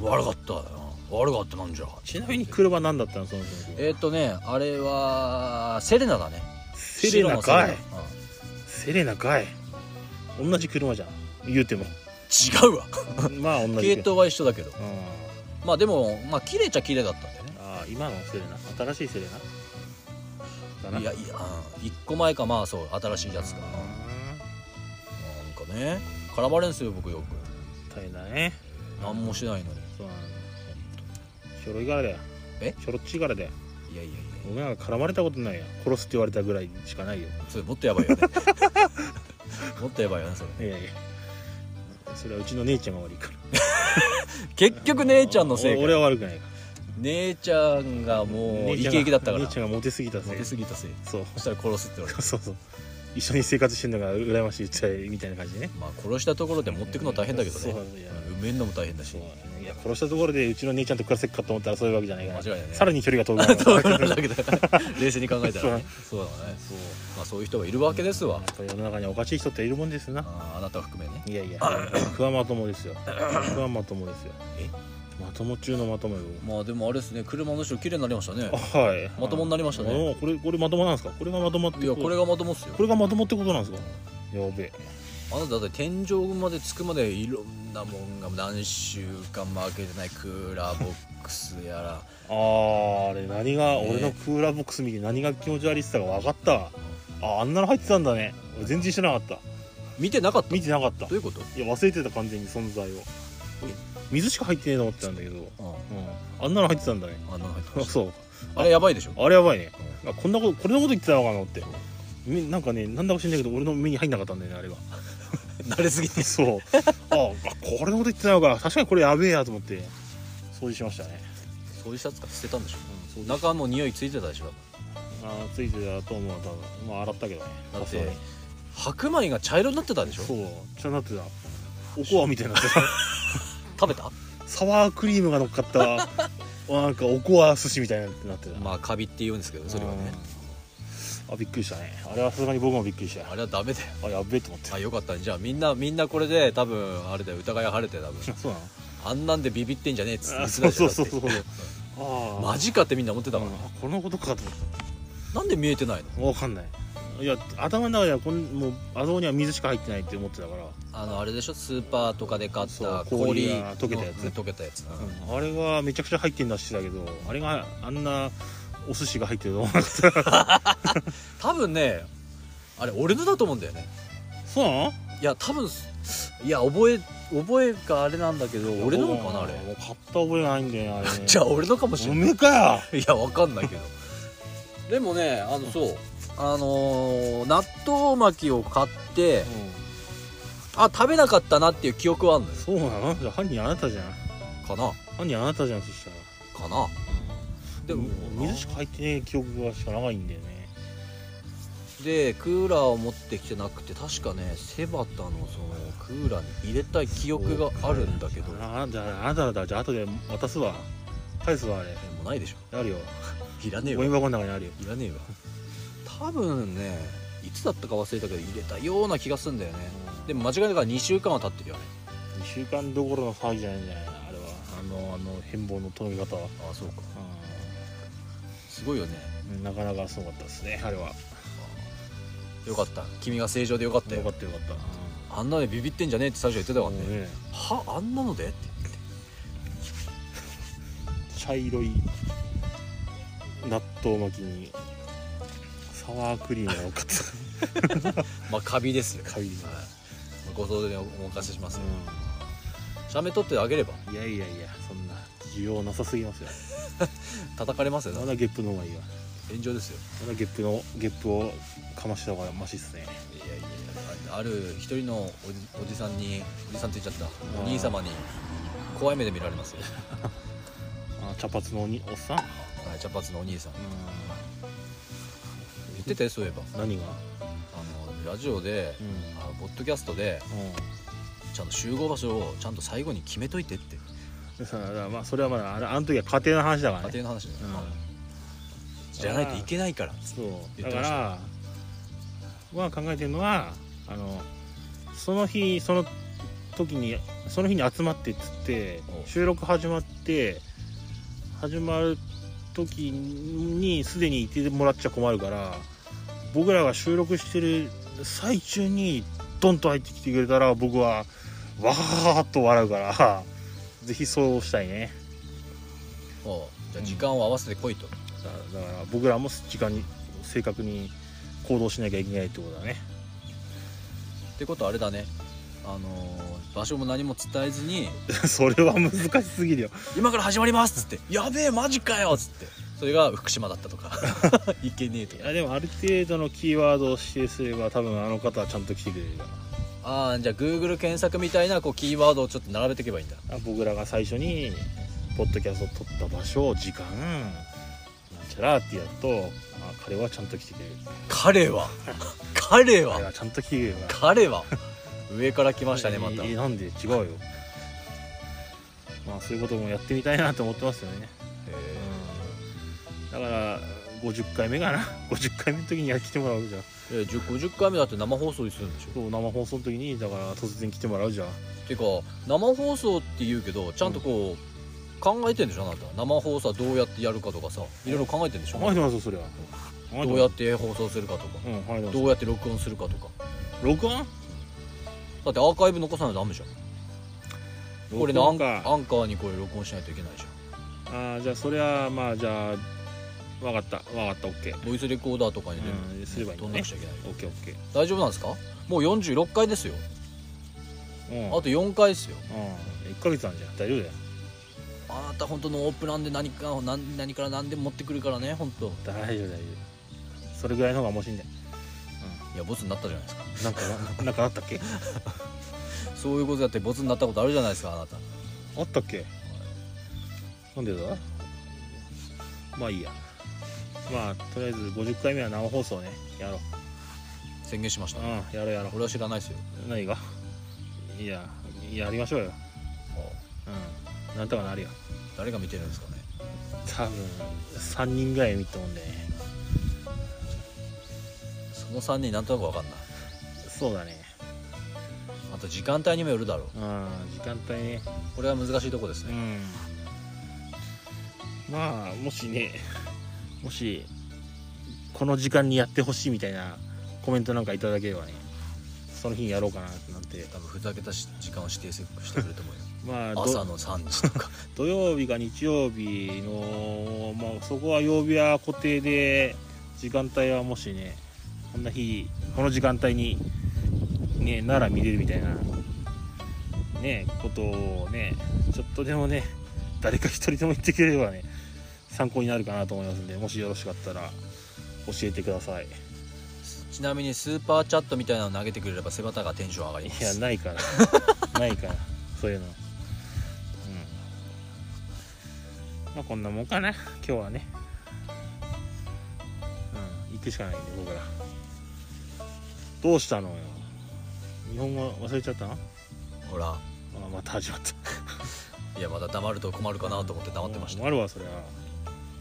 Speaker 2: お悪かったよ悪かったなんじゃ」
Speaker 1: ちなみに車何だったのその時
Speaker 2: えっ、とねあれはセレナだね
Speaker 1: セレナかい
Speaker 2: 白の
Speaker 1: セレナかい同じ車じゃん言う ても
Speaker 2: セレナうん違うわ
Speaker 1: まあ同じ
Speaker 2: 系統は一緒だけど
Speaker 1: うん
Speaker 2: まあでもまあ綺麗っちゃ綺麗だったんだよね
Speaker 1: ああ今のセレナ新しいセレナだない
Speaker 2: やいやうん一個前かまあそう新しいやつかな
Speaker 1: う
Speaker 2: なんかね絡まれんすよ僕よく
Speaker 1: ん大変だね
Speaker 2: 何もしないのに
Speaker 1: そうなんだひょろいからだよ
Speaker 2: え
Speaker 1: ひょろっちいからだよ
Speaker 2: いやいやいや
Speaker 1: 俺なんか絡まれたことないよ殺すって言われたぐらいしかないよ
Speaker 2: それもっとやばいよね もっとやばいよねそれ
Speaker 1: いやいやそれはうちの姉ちゃんが悪いから
Speaker 2: 結局姉ちゃんのせい
Speaker 1: お
Speaker 2: か
Speaker 1: 俺は悪くないから
Speaker 2: 姉ちゃんがもう
Speaker 1: 姉
Speaker 2: イ
Speaker 1: ちゃんが
Speaker 2: ケイケだったから
Speaker 1: 姉ちゃんがモテすぎた
Speaker 2: モ
Speaker 1: せい
Speaker 2: テすぎたせい
Speaker 1: そう
Speaker 2: そしたら殺すって言われた
Speaker 1: そうそう一緒に生活してんのが羨ましいっちゃいみたいな感じね
Speaker 2: まあ殺したところで持ってくの大変だけどね
Speaker 1: そういや
Speaker 2: 埋めんのも大変だし
Speaker 1: そうだねいや殺したところでうちの姉ちゃんと暮らせっかと思ったらそういうわけじゃないから
Speaker 2: 間違いないね
Speaker 1: さらに距離が遠くなる
Speaker 2: そうなんだけど冷静に考えたらねそうだね
Speaker 1: そう
Speaker 2: まあそういう人がいるわけですわ
Speaker 1: やっぱ世の中にはおかしい人っているもんですな
Speaker 2: あーあなた含めね
Speaker 1: いやいやクワマトモですよクワマトモですよ
Speaker 2: え
Speaker 1: まとも中のまともよ
Speaker 2: まあでもあれですね車の後ろ綺麗になりましたね
Speaker 1: あはい
Speaker 2: まともになりましたね
Speaker 1: あこれこれまともなんですかこれがまともって
Speaker 2: いやこれがまともっすよ
Speaker 1: これがまともってことなんですかやべえ
Speaker 2: あなただって天井までつくまでいろんなもんが何週間も開けてないクーラーボックスやら
Speaker 1: あーあれ何が
Speaker 2: ね
Speaker 1: 俺のクーラーボックス見て何が気持ち悪いって言ったか分かったわああんなの入ってたんだね俺全然知らなかった
Speaker 2: 見てなかった
Speaker 1: 見てなかった
Speaker 2: どういうこと、
Speaker 1: いや忘れてた完全に存在を水しか入ってねえと思ってたんだけど、うん、
Speaker 2: う
Speaker 1: あんなの入ってたんだね
Speaker 2: ん、あなんか入ってました
Speaker 1: そう
Speaker 2: あれやばいでしょ
Speaker 1: あれやばいねあこんなことこれのこと言ってたのかなってみなんかねなんだか知んないけど俺の目に入んなかったんだよねあ れが
Speaker 2: 慣れすぎて
Speaker 1: そうああこれのこと言ってたのか確かにこれやべえやと思って掃除しましたね、
Speaker 2: そういうシャツか捨てたんでしょ
Speaker 1: うん、掃除
Speaker 2: 中も匂いついてたでしょ
Speaker 1: あーついてたと思う多分まあ洗ったけどね
Speaker 2: だっ
Speaker 1: さすが
Speaker 2: て
Speaker 1: に
Speaker 2: 白米が茶色になってたでしょ
Speaker 1: そうちゃなってたおこわみたいになってた
Speaker 2: 食べた
Speaker 1: サワークリームが乗っかったなんかおこわ寿司みたいになってた
Speaker 2: まあカビって言うんですけどそれはね
Speaker 1: うんあびっくりしたねあれはさすがに僕もびっくりした
Speaker 2: あれはダメだよ
Speaker 1: あやっべえと思って
Speaker 2: あよかったねじゃあみんなみんなこれで多分あれだよ疑い晴 れて多 分
Speaker 1: そうなの
Speaker 2: あんなんでビビってんじゃねえっつって
Speaker 1: あ
Speaker 2: 言ってたでしょ
Speaker 1: そうそうそうそう
Speaker 2: だって
Speaker 1: ああ
Speaker 2: マジかってみんな思ってたから
Speaker 1: うんあこのことかと思っ
Speaker 2: なんで見えてないの
Speaker 1: わかんないいや頭の中ではこんもうあそこには水しか入ってないって思ってたから、
Speaker 2: あのあれでしょスーパーとかで買っ
Speaker 1: そ
Speaker 2: た
Speaker 1: う氷
Speaker 2: 氷
Speaker 1: が溶けたやつ
Speaker 2: うん溶けたやつ、うん
Speaker 1: あれはめちゃくちゃ入ってんだしてたけどあれがあんなお寿司が入ってると思わなかった
Speaker 2: 多分ねあれ俺のだと思うんだよね
Speaker 1: そうなの
Speaker 2: いや多分いや覚え覚えがあれなんだけど俺のかなあれ
Speaker 1: もう買った覚えがないんだよねあれ
Speaker 2: じゃあ俺のかもし
Speaker 1: お
Speaker 2: れない
Speaker 1: めえかよ
Speaker 2: いやわかんないけど でもねあのそうあのー納豆巻きを買って
Speaker 1: う
Speaker 2: あ食べなかったなっていう記憶はあるのよ
Speaker 1: んそうなのじゃあ犯人あなたじゃん
Speaker 2: かな
Speaker 1: 犯人あなたじゃんそしたら
Speaker 2: かなでも
Speaker 1: 水しか入ってねえ記憶がしかないんだよね
Speaker 2: でクーラーを持ってきてなくて確かねセバタのそのクーラーに入れたい記憶があるんだけどでも
Speaker 1: ああじゃああなただったらじゃあ後で渡すわ返すわあれ
Speaker 2: ないでしょ
Speaker 1: あるよ
Speaker 2: いらねえ
Speaker 1: ゴ
Speaker 2: わ
Speaker 1: ミ
Speaker 2: い
Speaker 1: 箱の中にあるよ
Speaker 2: らねえわ多分ねいつだったか忘れたけど入れたような気がするんだよねでも間違いなから2週間は経ってるよね
Speaker 1: 2週間どころの騒ぎじゃないんじゃないあれはあのあの変貌のとろみ方は
Speaker 2: ああそうかすごいよね
Speaker 1: うんなかなかすごかったですねあれは
Speaker 2: よかった君が正常でよかった
Speaker 1: よか
Speaker 2: よ
Speaker 1: ったよかった
Speaker 2: あんなでビビってんじゃねえって最初言ってたから
Speaker 1: もう
Speaker 2: ね
Speaker 1: ね
Speaker 2: はあんなのでって言って
Speaker 1: 茶色い納豆巻きにサワークリームが多かった
Speaker 2: まあ カビですよ
Speaker 1: カビ
Speaker 2: はいまあご相談にお任せしますよ写メ撮ってあげれば
Speaker 1: いやいやいやそんな需要なさすぎますよ
Speaker 2: 叩かれますよ
Speaker 1: まだゲップの方がいいわ
Speaker 2: 炎上ですよ
Speaker 1: まだゲップのゲップをかました方がマシっすね
Speaker 2: いやいやいやあある一人のおじおじさんにおじさんって言っちゃった
Speaker 1: うん
Speaker 2: お兄様に怖い目で見られます よ、
Speaker 1: あ茶髪のおにおっさん
Speaker 2: はい、茶髪のお兄さん言ってたよそういえば
Speaker 1: 何が
Speaker 2: あのラジオで
Speaker 1: うん
Speaker 2: あポッドキャストで
Speaker 1: うん
Speaker 2: ちゃんと集合場所をちゃんと最後に決めといてって
Speaker 1: でさだからまあそれはまだあれあの時は家庭の話だから
Speaker 2: 家
Speaker 1: ね
Speaker 2: 庭の話だよ
Speaker 1: うん
Speaker 2: じゃないといけないから
Speaker 1: そう
Speaker 2: 言
Speaker 1: だ
Speaker 2: って
Speaker 1: か
Speaker 2: ました
Speaker 1: ら僕が考えてるのはあのその日その時にその日に集まってっつって
Speaker 2: お
Speaker 1: 収録始まって始まる時にすでにいてもらっちゃ困るから僕らが収録してる最中にドンと入ってきてくれたら僕はわはははっと笑うから ぜひそうしたいね
Speaker 2: おうじゃあ時間を合わせてこいと、
Speaker 1: だだから僕らも時間に正確に行動しなきゃいけないってことだね
Speaker 2: ってことはあれだねあのー場所も何も伝え ずに
Speaker 1: それは難しすぎるよ
Speaker 2: 「今から始まります」っつって「やべえマジかよ」っつってそれが福島だった とか「いけねえ」と
Speaker 1: い
Speaker 2: か
Speaker 1: やでもある程度のキーワードを指定すれば多分あの方はちゃんと来てくれるか
Speaker 2: ああじゃあ Google 検索みたいなこうキーワードをちょっと並べていけばいいんだ
Speaker 1: ら僕らが最初にポッドキャストを撮った場所時間なんちゃらってやるとあ彼はちゃんと来てくれる
Speaker 2: 彼 は彼
Speaker 1: 彼
Speaker 2: は
Speaker 1: はちゃんと来てくれるから
Speaker 2: 彼は上から来ましたねまた
Speaker 1: ええなんで違うよまあそういうこともやってみたいなと思ってますよねう
Speaker 2: え
Speaker 1: んだから50回目かな50回目の時に来てもらうじゃん
Speaker 2: ー、10 50回目だって生放送にするんでしょ
Speaker 1: そう生放送の時にだから突然来てもらうじゃん
Speaker 2: てか生放送って言うけどちゃんとこう、考えてんでしょあなた生放送はどうやってやるかとかさいろいろ考えてんでしょ
Speaker 1: 考えてますよそれは考えて
Speaker 2: ど
Speaker 1: ま
Speaker 2: う
Speaker 1: す
Speaker 2: やって放送するかとか
Speaker 1: うん考えてます
Speaker 2: どうやって録音するかとか
Speaker 1: 録音
Speaker 2: だってアーカイブ残さないとダメじゃんこれねアン
Speaker 1: 録音
Speaker 2: アンカーにこれ録音しないといけないじゃ
Speaker 1: あーじゃあそれはまあじゃあ分かった分かった OK
Speaker 2: んボイスレコーダーとかにでも
Speaker 1: うんすればいいんだ
Speaker 2: 飛ん
Speaker 1: ね
Speaker 2: なくちゃいけない
Speaker 1: OKOK
Speaker 2: 大丈夫なんですかもう46回ですよ
Speaker 1: うん
Speaker 2: あと4回ですよ
Speaker 1: うん1ヶ月なんじゃん大丈夫だよ
Speaker 2: あなた本当ノープランで何か何何から何でも持ってくるからね本当
Speaker 1: 大丈夫大丈夫それぐらいの方が面白いんだよ
Speaker 2: いやボツになったじゃないです
Speaker 1: な
Speaker 2: か
Speaker 1: んかななんかあったっけ
Speaker 2: そういうことだってボツになったことあるじゃないですかあなた
Speaker 1: あったっけなんでだまあいいやまあとりあえず50回目は生放送ねやろう
Speaker 2: 宣言しました
Speaker 1: うんやろうやろう
Speaker 2: 俺は知らないですよ
Speaker 1: 何がいややりましょうようんなんとかなるよ
Speaker 2: 誰が見てるんですかね
Speaker 1: 多分3人ぐらい見たもんね
Speaker 2: その3人なんとなく分かんない
Speaker 1: そうだね
Speaker 2: あと時間帯にもよるだろう
Speaker 1: うん時間帯ね
Speaker 2: これは難しいとこです
Speaker 1: う
Speaker 2: ね
Speaker 1: んまあもしねもしこの時間にやってほしいみたいなコメントなんかいただければねその日にやろうかなってなんて
Speaker 2: 多分ふざけたし時間を指定せしてくると思うよ
Speaker 1: まあど
Speaker 2: 朝の3時とか
Speaker 1: 土曜日か日曜日の、まあ、そこは曜日は固定で時間帯はもしねこんな日この時間帯にねなら見れるみたいなねことをねちょっとでもね誰か一人でも言ってくれればね参考になるかなと思いますんでもしよろしかったら教えてくださいい
Speaker 2: ちなみにスーパーチャットみたいなの投げてくれれば背バタがテンション上がりま
Speaker 1: や
Speaker 2: す
Speaker 1: ない からないからそういうのうんまあこんなもんかな今日はねうん行くしかないね僕らどうしたのよ日本語忘れちゃったのあ
Speaker 2: ほら
Speaker 1: また始まった
Speaker 2: いやまだ黙ると困るかなと思って黙ってました
Speaker 1: あるわそれは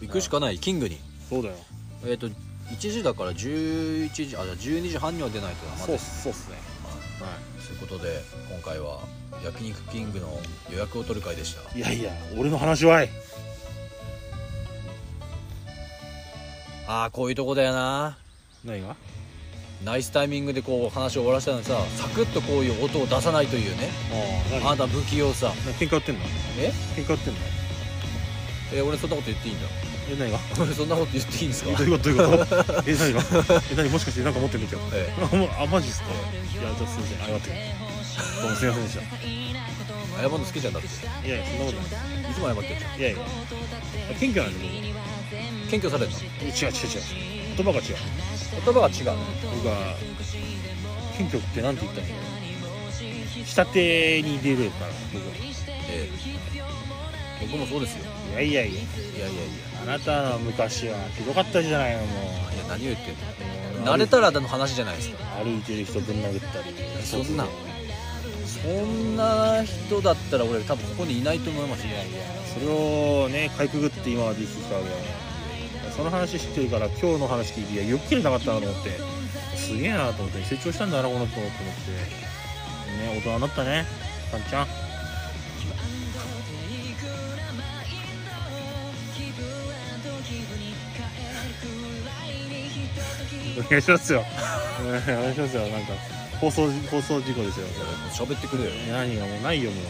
Speaker 2: 行くしかないキングに
Speaker 1: そうだよ
Speaker 2: えっ、と1時だから11時あじゃあ12時半には出ないとダメ
Speaker 1: そう
Speaker 2: で
Speaker 1: っ
Speaker 2: す
Speaker 1: すそうっすねは
Speaker 2: ということで今回は焼肉キングの予約を取る会でした
Speaker 1: いいやいや俺の話はい
Speaker 2: ああこういうとこだよな
Speaker 1: 何が
Speaker 2: ナイスタイミングでこう話を終わらせたのにさサクッとこういう音を出さないというね
Speaker 1: あ
Speaker 2: あなた不器用さ
Speaker 1: 何喧嘩売ってんの
Speaker 2: え
Speaker 1: 喧嘩売ってんの
Speaker 2: え俺そんなこと言っていいんだ
Speaker 1: え何が
Speaker 2: 俺そんなこと言っていいんですか
Speaker 1: えどういうことどういうことえ何がえ何もしかして何か持ってんの今日
Speaker 2: え
Speaker 1: あ、マジっすかいや、ちょっとすいません、謝ってどうもすいませんでし
Speaker 2: え謝るの好きじゃんだってい
Speaker 1: たいやいや、そんなことない
Speaker 2: つも謝ってるじゃん
Speaker 1: いやいや謙虚なんで
Speaker 2: 謙虚されるの
Speaker 1: 僕違う違う違う言葉が違う
Speaker 2: 言葉が違う
Speaker 1: 僕は謙虚ってなんて言ったんだろう下手に出るから僕は
Speaker 2: ええ僕もそうですよ
Speaker 1: いやいやいや
Speaker 2: いやいやいや
Speaker 1: あなたの昔はひどかったじゃないのも
Speaker 2: いや何を言ってん
Speaker 1: う
Speaker 2: の慣れたらの話じゃないですか
Speaker 1: 歩いてる人ぶん殴ったり
Speaker 2: そんな
Speaker 1: そう
Speaker 2: そんな人だったら俺多分ここにいないと思いますいやいや
Speaker 1: そうそれをねかいくぐって今まで生きてきたわけだからその話知ってるから今日の話聞いていやよく切れなかったなと思ってすげえなと思って成長したんだなこの人もと思ってね大人になったねさんちゃんお願いしますよお願いしますよなんか放送放送事故ですよ
Speaker 2: 喋ってくれよ
Speaker 1: え何がもうないよもう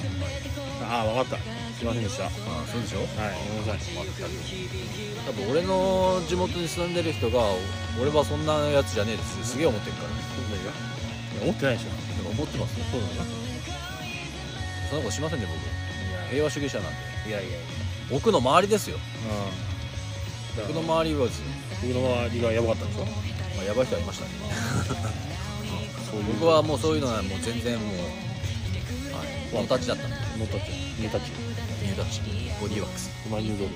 Speaker 1: ああ分かったすいませんでしたはい
Speaker 2: ああそうでしょ
Speaker 1: ごめんなさい
Speaker 2: 多分俺の地元に住んでる人が俺はそんなやつじゃねえですすげえ思ってるから
Speaker 1: いや思ってないでしょ
Speaker 2: でも思ってますそうだなそんなことしませんね僕
Speaker 1: いや
Speaker 2: 平和主義者なんで
Speaker 1: いやいや
Speaker 2: 僕の周りですよ
Speaker 1: うん
Speaker 2: 僕
Speaker 1: 僕
Speaker 2: の
Speaker 1: の
Speaker 2: 周りはですよ、
Speaker 1: 僕の周りがやばかったんでしょ
Speaker 2: まあ、やばい人はいましたね
Speaker 1: そういう
Speaker 2: 僕はもうそういうのはもう全然もうはいノータッチだったんで
Speaker 1: ノータッチノータッチ
Speaker 2: ニュータッチボディーワックス
Speaker 1: うまいニュードル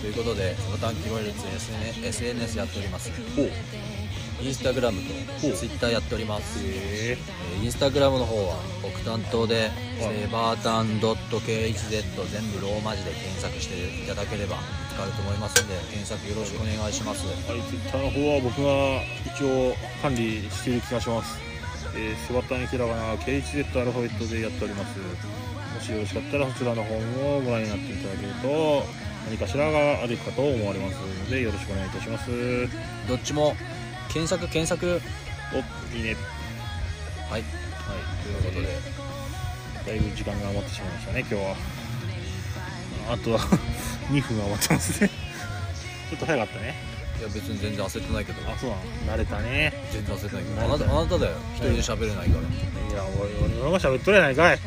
Speaker 2: ということで、その短期ロイルツ SN SNS やっております。
Speaker 1: ほう
Speaker 2: インスタグラムと
Speaker 1: ほう
Speaker 2: ツイッターやっております。
Speaker 1: え
Speaker 2: えーインスタグラムの方は僕担当で、セバータン .khz 全部ローマ字で検索していただければ見つかると思いますので、検索よろしくお願いします。
Speaker 1: えはいツイッターの方は僕が一応管理している気がしますえー、セバタンひらがな KHZ アルファベットでやっておりますもしよろしかったらそちらの方もご覧になっていただけると何かしらがあるかと思われますのでよろしくお願いいたします
Speaker 2: どっちも検索検索
Speaker 1: おいいね
Speaker 2: は
Speaker 1: はい
Speaker 2: い、ということで、
Speaker 1: だいぶ時間が余ってしまいましたね今日はあとは 2分余ってますねちょっと早かったね
Speaker 2: いや別に全然焦ってないけど、
Speaker 1: あそうなの慣れたね
Speaker 2: 全然焦ってないけど、あなたあなただよ、一人で喋れないから。
Speaker 1: いや俺俺の方が喋っとるやないかいこ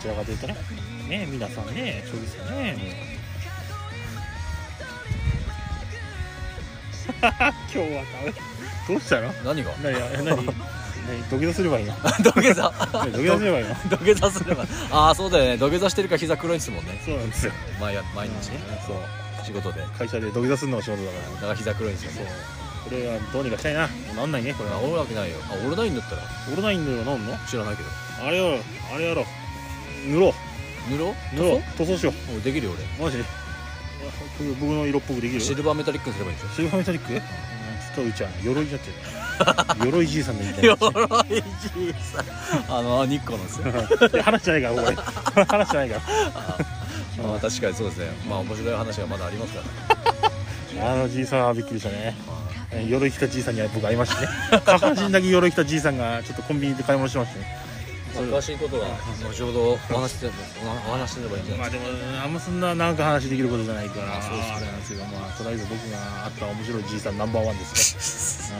Speaker 1: ちらがというとねね皆さんねそうですよねもう今日はダメどうしたの
Speaker 2: 何が
Speaker 1: 何や何何土下座すればいいの
Speaker 2: 土下座
Speaker 1: 何土下座すればいいの
Speaker 2: 土下座すればああそうだよね土下座してるから膝黒いですもんね
Speaker 1: そうなんですよ
Speaker 2: 毎毎日ね
Speaker 1: そう
Speaker 2: 仕事でだ
Speaker 1: 会社で土下座するのが仕事だから
Speaker 2: から膝黒いんです
Speaker 1: そう
Speaker 2: よね
Speaker 1: これはどうにかしたいななんないねこれは
Speaker 2: 治るわけないよあ俺ないんだったら
Speaker 1: 俺ないんだよなんの
Speaker 2: 知らないけど
Speaker 1: あれやろあれやろ塗ろう
Speaker 2: 塗ろう
Speaker 1: 塗ろう塗装しよ
Speaker 2: 塗装できるよ
Speaker 1: うマジでこれ僕の色っぽくできる
Speaker 2: 俺シルバーメタリックにすればいいんでし
Speaker 1: シルバーメタリックちょっとうちは鎧にな ってる鎧じいさんみたい
Speaker 2: ょ
Speaker 1: な
Speaker 2: 鎧じいさん あの日光のですよ
Speaker 1: いや話じゃない からこれ話じゃないから
Speaker 2: まあ確かにそうですねまあ面白い話がまだありますから
Speaker 1: あのじいさんはびっくりしたね鎧着たじいさんには僕会いましたね 下半身だけ鎧着たじいさんがちょっとコンビニで買い物して ましたね
Speaker 2: まあ詳しいことは後ほどお話しすればお話しすればいいんじゃ
Speaker 1: ま
Speaker 2: ない
Speaker 1: あ
Speaker 2: で
Speaker 1: でもあんまそんな長く話できることじゃないから
Speaker 2: あそうですね
Speaker 1: あれなんですけどまあとりあえず僕が会った面白いじいさんナンバーワンです ね、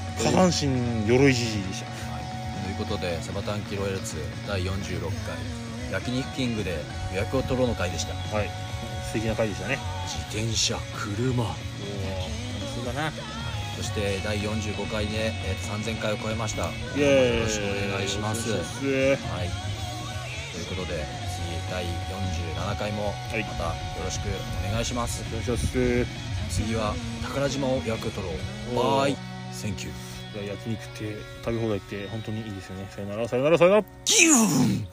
Speaker 1: うん
Speaker 2: という
Speaker 1: 下半身鎧じじいでした
Speaker 2: すか、ということでサバタンキロヘルツ第46回焼肉キングで予約を取ろうの会でした
Speaker 1: はい素敵な回でしたね
Speaker 2: 自転車車
Speaker 1: おお楽しそうだな
Speaker 2: そして第45回で、えー3000回を超えましたよ
Speaker 1: イエーイ
Speaker 2: ろしくお願いします
Speaker 1: よろしくお願いしま
Speaker 2: はいということで次第47回も
Speaker 1: はい
Speaker 2: またよろしくお願いします
Speaker 1: すお願いします
Speaker 2: 次は宝島を予約取ろう
Speaker 1: おー
Speaker 2: バイセンキュー
Speaker 1: いや焼肉って食べ放題って本当にいいですよねさよならさよならさよなら
Speaker 2: ギューン